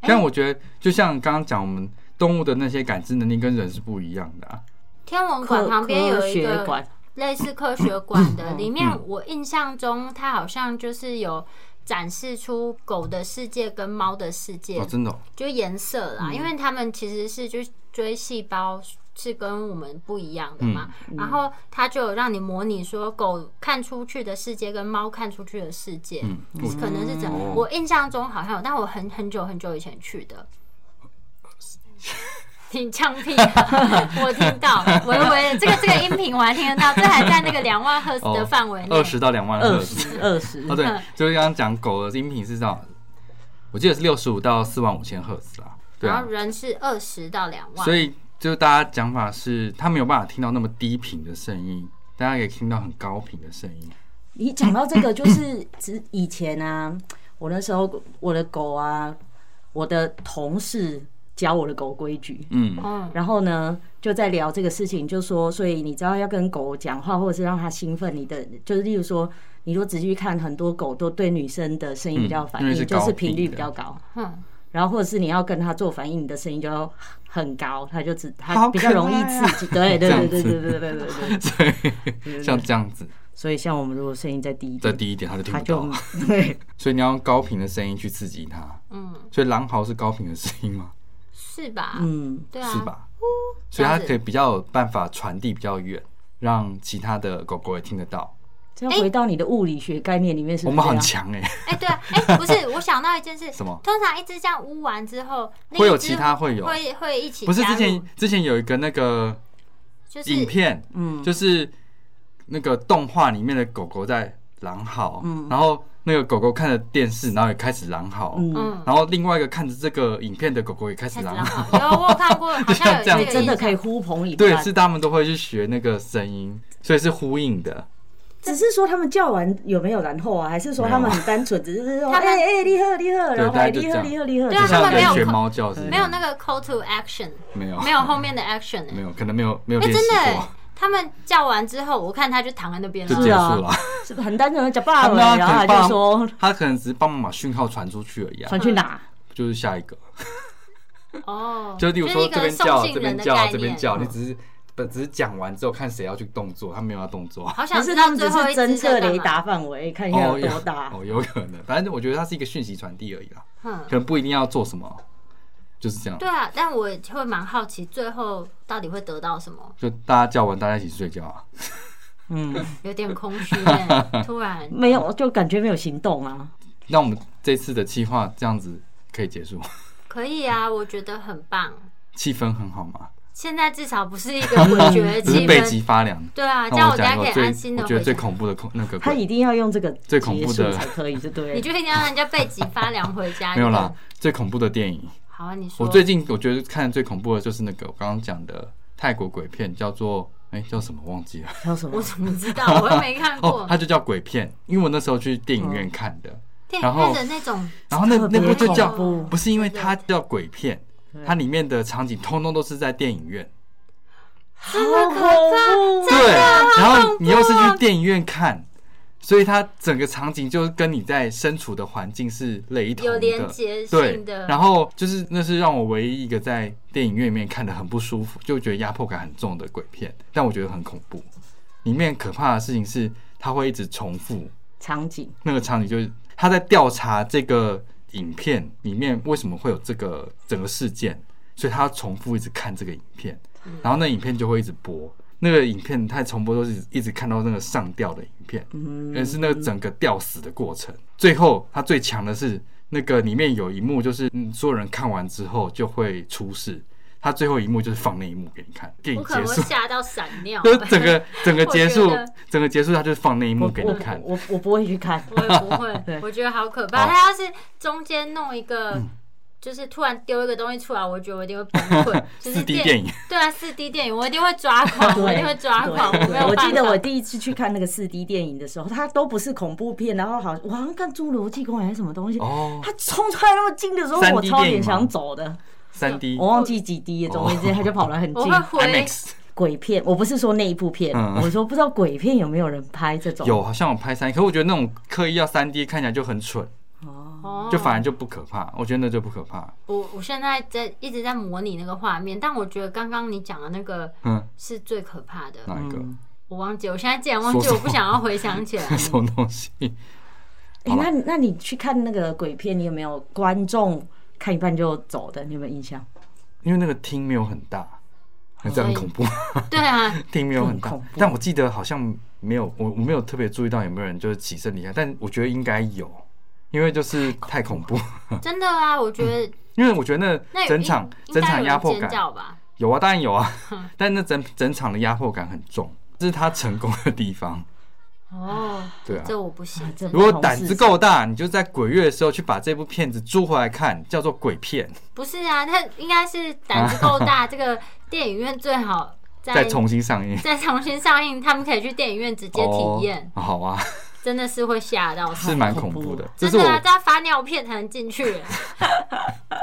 Speaker 1: 哎
Speaker 2: 但我觉得，就像刚刚讲，我们动物的那些感知能力跟人是不一样的啊。
Speaker 1: 天文馆
Speaker 4: 科
Speaker 1: 旁边有
Speaker 4: 科
Speaker 1: 一
Speaker 4: 学
Speaker 1: 个
Speaker 4: 馆，
Speaker 1: 类似科学馆的，
Speaker 4: 嗯
Speaker 1: 里面我印象中它好像就是有展示出狗的世界跟猫的世界，
Speaker 2: 哦，真的哦、
Speaker 1: 就颜色
Speaker 2: 嗯
Speaker 1: 啦，因为它们其实是就是追细胞是跟我们不一样的嘛，
Speaker 2: 嗯
Speaker 1: 然后它就有让你模拟说狗看出去的世界跟猫看出去的世界，
Speaker 2: 嗯，我
Speaker 1: 可能是这样。
Speaker 2: 哦
Speaker 1: 我印象中好像有，但我很很久很久以前去 的。挺呛屁的，我听到，喂喂，这个这个音频我还听得到，这还在那个两万赫兹的范围内。嗯
Speaker 2: 哦二十到两万
Speaker 4: 二
Speaker 2: 赫兹。
Speaker 4: 十二十
Speaker 2: 哦，。对，就是刚刚讲狗的音频是这样，我记得是六十五到四万五千赫兹啦。对
Speaker 1: 然
Speaker 2: 啊
Speaker 1: 后，人是二十到两万，
Speaker 2: 所以就是大家讲法是，他没有办法听到那么低频的声音，大家可以听到很高频的声音。
Speaker 4: 你讲到这个，就是只以前啊，我那时候我的狗啊，我的同事教我的狗规矩，
Speaker 2: 嗯，
Speaker 1: 嗯，
Speaker 4: 然后呢就在聊这个事情，就说，所以你知道要跟狗讲话，或者是让它兴奋，你的就是例如说，你如果仔细看，很多狗都对女生的声音比较反
Speaker 2: 嗯因
Speaker 4: 应，
Speaker 2: 为是
Speaker 4: 就
Speaker 2: 高
Speaker 4: 是频率
Speaker 2: 频的
Speaker 4: 比较高，
Speaker 1: 嗯，
Speaker 4: 然后或者是你要跟它做反应，你的声音就要很高，它就只它
Speaker 2: 好
Speaker 4: 比较
Speaker 2: 可
Speaker 4: 容易
Speaker 2: 爱啊
Speaker 4: 刺激，对
Speaker 2: 这
Speaker 4: 对
Speaker 2: 样
Speaker 4: 对对
Speaker 2: 子
Speaker 4: 对对对对 对
Speaker 2: 对，像这样子，
Speaker 4: 所以像我们如果声音再低一
Speaker 2: 再
Speaker 4: 点，
Speaker 2: 低一点他就听
Speaker 4: 它
Speaker 2: 不
Speaker 4: 就
Speaker 2: 到，
Speaker 4: 对。
Speaker 2: 所以你要用高频的声音去刺激它。
Speaker 1: 嗯，
Speaker 2: 所以狼嚎是高频的声音吗？
Speaker 1: 是吧？
Speaker 4: 嗯，
Speaker 1: 对啊，
Speaker 2: 是？吧？所以它
Speaker 1: 这样子
Speaker 2: 可以比较有办法传递比较远，让其他的狗狗也听得到。
Speaker 4: 这样回到你的物理学概念里面是
Speaker 2: 我
Speaker 4: 不是
Speaker 2: 们
Speaker 4: 这
Speaker 2: 很
Speaker 4: 样？
Speaker 2: 强哎，
Speaker 1: 哎、对啊，哎、不 是，我想到一件事，
Speaker 2: 什么
Speaker 1: 通常一只这样污完之后，另一只
Speaker 2: 会有其他会有
Speaker 1: 会会一起
Speaker 2: 不是
Speaker 1: 加
Speaker 2: 之
Speaker 1: 入
Speaker 2: 前之前有一个那个
Speaker 1: 就是
Speaker 2: 影片，
Speaker 4: 嗯，
Speaker 2: 就是那个动画里面的狗狗在狼嚎，然后那个狗狗看着电视，然后也开始狼嚎，
Speaker 4: 嗯，
Speaker 1: 嗯，
Speaker 2: 然后另外一个看着这个影片的狗狗也开始
Speaker 1: 开始
Speaker 2: 狼
Speaker 1: 狼
Speaker 2: 嚎。
Speaker 1: 嚎，有我有看 过，好像有
Speaker 2: 这样
Speaker 1: 这
Speaker 2: 子
Speaker 1: 个
Speaker 4: 真的
Speaker 1: 影
Speaker 4: 可以呼朋引
Speaker 2: 对，
Speaker 4: 伴。
Speaker 2: 是他们都会去学那个声音，所以是呼应的。
Speaker 4: 只是说他们叫完有没有然后啊？还是说他们很单纯，只是说
Speaker 1: 他们
Speaker 4: 哎哎厉害厉害，
Speaker 2: 对
Speaker 4: 然后
Speaker 2: 大
Speaker 4: 哎
Speaker 2: 家就
Speaker 4: 厉
Speaker 2: 这
Speaker 4: 害
Speaker 2: 样
Speaker 4: 厉害厉害。
Speaker 1: 对啊
Speaker 4: 这
Speaker 1: 他
Speaker 4: 样
Speaker 1: 们没
Speaker 2: 像
Speaker 1: 有
Speaker 2: 跟学
Speaker 1: 扣
Speaker 2: 猫叫是一
Speaker 1: 没有
Speaker 2: 样
Speaker 1: 那个 call to action，
Speaker 2: 没有
Speaker 1: 没有后面的 action，哎、
Speaker 2: 没有，可能没有哦没有
Speaker 1: 哎
Speaker 2: 练习
Speaker 1: 真的、哎
Speaker 2: 过，
Speaker 1: 他们叫完之后，我看他就躺在那边
Speaker 2: 就
Speaker 1: 了
Speaker 2: 结
Speaker 4: 是，
Speaker 2: 束
Speaker 4: 啊
Speaker 2: 了。
Speaker 4: 是不是很单纯的讲爸
Speaker 2: 他
Speaker 4: 爸，
Speaker 2: 们啊
Speaker 4: 然后他
Speaker 2: 可能
Speaker 4: 就
Speaker 2: 爸
Speaker 4: 说
Speaker 2: 他可能只是帮忙把讯号传出去而已、啊
Speaker 4: 传，去哪？
Speaker 2: 就是下一个，
Speaker 1: 哦，
Speaker 2: 就例如
Speaker 1: 是
Speaker 2: 说
Speaker 1: 哦一
Speaker 2: 这
Speaker 1: 个
Speaker 2: 边叫，
Speaker 1: 送
Speaker 2: 这
Speaker 1: 信人
Speaker 2: 边
Speaker 1: 的
Speaker 2: 叫，
Speaker 1: 概
Speaker 2: 这
Speaker 1: 念
Speaker 2: 边，叫，你只是不只是讲完之后看谁要去动作，他没有要 动作。啊
Speaker 1: 好
Speaker 4: 还
Speaker 1: 想
Speaker 4: 是
Speaker 1: 知
Speaker 4: 他
Speaker 1: 道
Speaker 4: 们只
Speaker 1: 最
Speaker 4: 是
Speaker 1: 后一只
Speaker 4: 侦测
Speaker 1: 在干
Speaker 4: 雷
Speaker 1: 嘛。
Speaker 4: 达范围，看一下有多大？
Speaker 2: 哦，有可能。反正我觉得它是一个讯息传递而已啦，
Speaker 1: 嗯，
Speaker 2: 可能不一定要做什么，就是这样。
Speaker 1: 对啊，但我会蛮好奇最后到底会得到什么，
Speaker 2: 就大家叫完，大家一起睡觉啊。
Speaker 4: 嗯，
Speaker 1: 有点空虚 耶突然
Speaker 4: 没有，就感觉没有行动啊。
Speaker 2: 那我们这次的计划这样子可以结束，
Speaker 1: 可以啊，我觉得很棒。
Speaker 2: 气氛很好嘛，
Speaker 1: 现在至少不是一个诡谲的
Speaker 2: 只是
Speaker 1: 气
Speaker 2: 背脊
Speaker 1: 氛，
Speaker 2: 发凉。
Speaker 1: 对啊，
Speaker 2: 那
Speaker 1: 这样我等
Speaker 2: 讲
Speaker 1: 下
Speaker 2: 一个
Speaker 1: 可以
Speaker 2: 最
Speaker 1: 安心的
Speaker 2: 我觉得
Speaker 1: 回
Speaker 2: 最
Speaker 1: 家。
Speaker 2: 恐怖的恐那个
Speaker 4: 他
Speaker 2: 鬼
Speaker 4: 一定要用这个
Speaker 2: 最恐怖
Speaker 4: 结束
Speaker 2: 的
Speaker 4: 才可以，就对了。
Speaker 1: 你就一定要让人家背脊发凉回家。
Speaker 2: 没有
Speaker 1: 对
Speaker 2: 啦
Speaker 1: 不对。，
Speaker 2: 最恐怖的电影。
Speaker 1: 好啊，你说。
Speaker 2: 我最近我觉得看最恐怖的就是那个我刚刚讲的泰国鬼片，叫做哎、叫什么忘记了。
Speaker 4: 还有什么
Speaker 1: 我？怎么知道？我又没看
Speaker 2: 哦，
Speaker 1: 过
Speaker 2: 它。就叫鬼片，因为我那时候去电影
Speaker 1: 哦
Speaker 2: 院看的。
Speaker 1: 电
Speaker 2: 然
Speaker 1: 影
Speaker 2: 后
Speaker 1: 院的那种
Speaker 2: 然后那
Speaker 4: 特别
Speaker 2: 那部就叫
Speaker 4: 恐怖
Speaker 2: 不是因为它叫鬼片，它里面的场景通通都是在电影院。
Speaker 4: 好恐怖！
Speaker 2: 对，然后你又是
Speaker 1: 哦
Speaker 2: 去电影院看，所以它整个场景就跟你在身处的环境是雷同的，
Speaker 1: 有连结
Speaker 2: 对
Speaker 1: 性的，
Speaker 2: 然后就是那是让我唯一一个在电影院里面看的很不舒服，就觉得压迫感很重的鬼片，但我觉得很恐怖。里面可怕的事情是，它会一直重复
Speaker 4: 场景
Speaker 2: 那个场景，就是他在调查这个影片里面为什么会有这个整个事件，所以他要重复一直看这个影片，
Speaker 1: 嗯
Speaker 2: 然后那影片就会一直播。那个影片太重播都是一直看到那个上吊的影片，
Speaker 1: 嗯
Speaker 2: 也是那个整个吊死的过程。最后他最强的是那个里面有一幕，就是嗯所有人看完之后就会出事。他最后一幕就是放那一幕给你看，电
Speaker 1: 我
Speaker 2: 影
Speaker 1: 可能
Speaker 2: 结
Speaker 1: 会
Speaker 2: 束，
Speaker 1: 吓到闪 尿。
Speaker 2: 就是整个整个结
Speaker 1: 我
Speaker 2: 束
Speaker 1: 觉得，
Speaker 2: 整个结束他就是放那一幕
Speaker 4: 我
Speaker 2: 给你
Speaker 4: 我
Speaker 2: 看。
Speaker 4: 我我不会去看。
Speaker 1: 我也不
Speaker 4: 对
Speaker 1: 会，我觉得好可怕。
Speaker 2: 好嗯
Speaker 1: 他要是中间弄一个，就是突然丢一个东西出来，我觉得我一定会崩 溃。就是
Speaker 2: 四 D 电影，
Speaker 1: 对啊，四 D 电影，我一定会抓 狂，哦我一定会抓狂，
Speaker 4: 对
Speaker 1: 我没有
Speaker 4: 我
Speaker 1: 办法。
Speaker 4: 记得我第一次去看那个四 D 电影的时候，它都不是恐怖片，然后好像我好像看《侏罗纪公园》还是什么东西，
Speaker 2: 哦
Speaker 4: 它冲出来那么近的时候，
Speaker 2: 3D
Speaker 4: 我超
Speaker 2: 电影吗
Speaker 4: 点想走的，
Speaker 2: 三 D
Speaker 4: 我忘记几滴了，总而言之，它就跑得很
Speaker 1: 我
Speaker 4: 近。
Speaker 1: 会回，
Speaker 2: IMAX
Speaker 4: 鬼片，我不是说那一部片，
Speaker 2: 嗯
Speaker 4: 我说不知道鬼片有没有人拍这种，
Speaker 2: 有，好像我拍三，可我觉得那种刻意要三 D 看起来就很蠢，
Speaker 1: 哦
Speaker 2: 就反而就不可怕，我觉得那就不可怕。
Speaker 1: 我我现在在一直在模拟那个画面，但我觉得刚刚你讲的那个
Speaker 2: 嗯，
Speaker 1: 是最可怕的，
Speaker 2: 哪一个？
Speaker 1: 我忘记，我现在竟然忘记，
Speaker 2: 说什
Speaker 1: 我
Speaker 2: 么。
Speaker 1: 不想要回想起来
Speaker 2: 什么东西？
Speaker 4: 哎、那你那你去看那个鬼片，你有没有观众看一半就走的？你有没有印象？
Speaker 2: 因为那个厅没有很大，很这样很恐怖，
Speaker 1: 对啊，
Speaker 2: 厅没有很大
Speaker 4: 很恐。怖
Speaker 2: 但我记得好像没有，我我没有特别注意到有没有人就是起身离开，但我觉得应该有，因为就是太恐怖，
Speaker 1: 真的啊，我觉得
Speaker 2: 因为我觉得
Speaker 1: 那
Speaker 2: 那
Speaker 1: 有
Speaker 2: 整场
Speaker 1: 应
Speaker 2: 整
Speaker 1: 应该
Speaker 2: 场
Speaker 1: 有
Speaker 2: 压
Speaker 1: 人
Speaker 2: 迫
Speaker 1: 尖
Speaker 2: 感
Speaker 1: 叫吧？
Speaker 2: 有啊，当然 有啊，但那整整场的压迫感很重，这是他成功的地方。
Speaker 1: 哦，
Speaker 2: 对啊，
Speaker 1: 这我不行，
Speaker 4: 这
Speaker 1: 真
Speaker 2: 如
Speaker 1: 的
Speaker 2: 果胆子够大，你就在鬼月的时候去把这部片子租回来看，叫做鬼片，
Speaker 1: 不是啊，那应该是胆子够 大，这个电影院最好在
Speaker 2: 再重新上映。
Speaker 1: 再重新上映，他们可以去电影院直接体验，
Speaker 2: 哦，好啊，
Speaker 1: 真的是会吓到死。
Speaker 2: 是蛮恐怖的。这
Speaker 1: 真
Speaker 2: 是
Speaker 1: 的啊，
Speaker 2: 我
Speaker 1: 大家发尿片才能进去，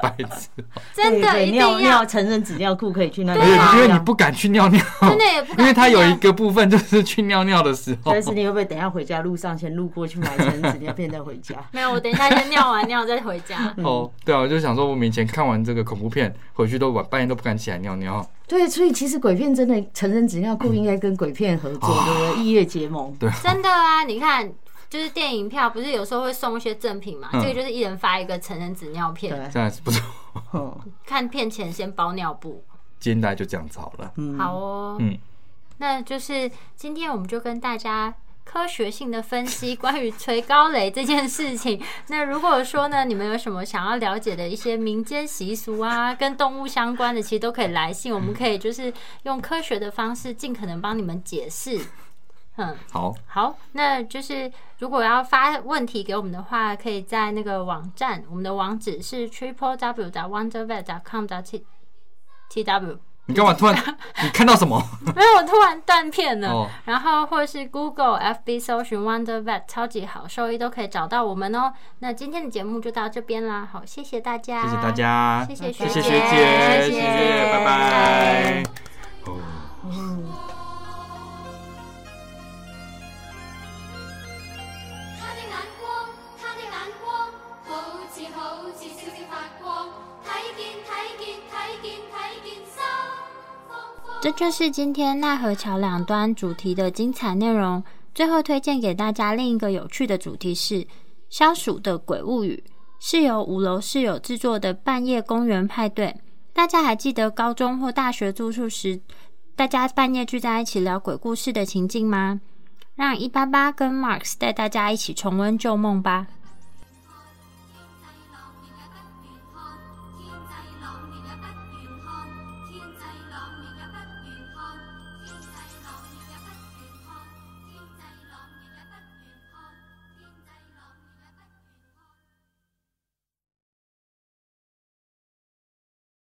Speaker 2: 白痴，
Speaker 1: 真的
Speaker 4: 对对
Speaker 1: 一定
Speaker 4: 尿
Speaker 1: 要
Speaker 4: 尿，成人纸尿裤可以去那里
Speaker 2: 而
Speaker 4: 尿
Speaker 2: 且
Speaker 4: 尿，
Speaker 2: 因为你不敢去尿尿，
Speaker 1: 啊真的也不敢
Speaker 2: 因为它
Speaker 1: 去
Speaker 2: 有
Speaker 1: 尿？
Speaker 2: 一个部分就是去尿尿的时候。
Speaker 4: 但，是你会不会等一下回家路上先路过去买成人纸尿片再回家
Speaker 1: 没有，我等一下先尿完尿再回家
Speaker 2: 哦，对啊，我就想说，我们以前看完这个恐怖片回去都晚半夜都不敢起来尿尿。
Speaker 1: 嗯
Speaker 4: 对，所以其实鬼片真的成人纸尿裤应该跟鬼片合作，对不对？异业结盟。
Speaker 2: 对啊，
Speaker 1: 真的啊，你看。就是电影票不是有时候会送一些赠品嘛？
Speaker 2: 嗯
Speaker 1: 这个就是一人发一个成人纸尿
Speaker 4: 对
Speaker 1: 片，，
Speaker 2: 这样还是不错。
Speaker 4: 嗯，
Speaker 1: 看片前先包尿布。
Speaker 2: 今天大家就这样子好了。
Speaker 1: 好哦，
Speaker 2: 嗯，
Speaker 1: 那就是今天我们就跟大家。科学性的分析关于锤高雷这件事情。 那如果说呢，你们有什么想要了解的一些民间习俗啊，跟动物相关的，其实都可以来信，我们可以就是用科学的方式，尽可能帮你们解释。嗯，
Speaker 2: 好，
Speaker 1: 好，那就是如果要发问题给我们的话，可以在那个网站，我们的网址是 triple w wondervet com t t w。
Speaker 2: 你干嘛突然？你看到什么？
Speaker 1: 没哎有，我突然断片了。
Speaker 2: 哦
Speaker 1: 然后或是 Google、FB 搜寻 Wonder Vet 超级好兽医都可以找到我们哦。那今天的节目就到这边啦，好，谢谢大家，
Speaker 2: 谢谢大，家，
Speaker 1: 谢谢学
Speaker 2: 谢谢
Speaker 1: 姐
Speaker 2: 学姐，
Speaker 1: 谢谢
Speaker 2: 谢谢，拜拜。
Speaker 3: 他的眼光，他的眼光，好似好似星星發光，睇見睇見睇見睇見心慌慌。
Speaker 1: 这就是今天奈何桥两端主题的精彩内容。最后推荐给大家另一个有趣的主题是《消暑的鬼物语》，是由五楼室友制作的半夜公园派对。大家还记得高中或大学住宿时，大家半夜聚在一起聊鬼故事的情境吗？让一八八跟 Marks 带大家一起重温旧梦吧。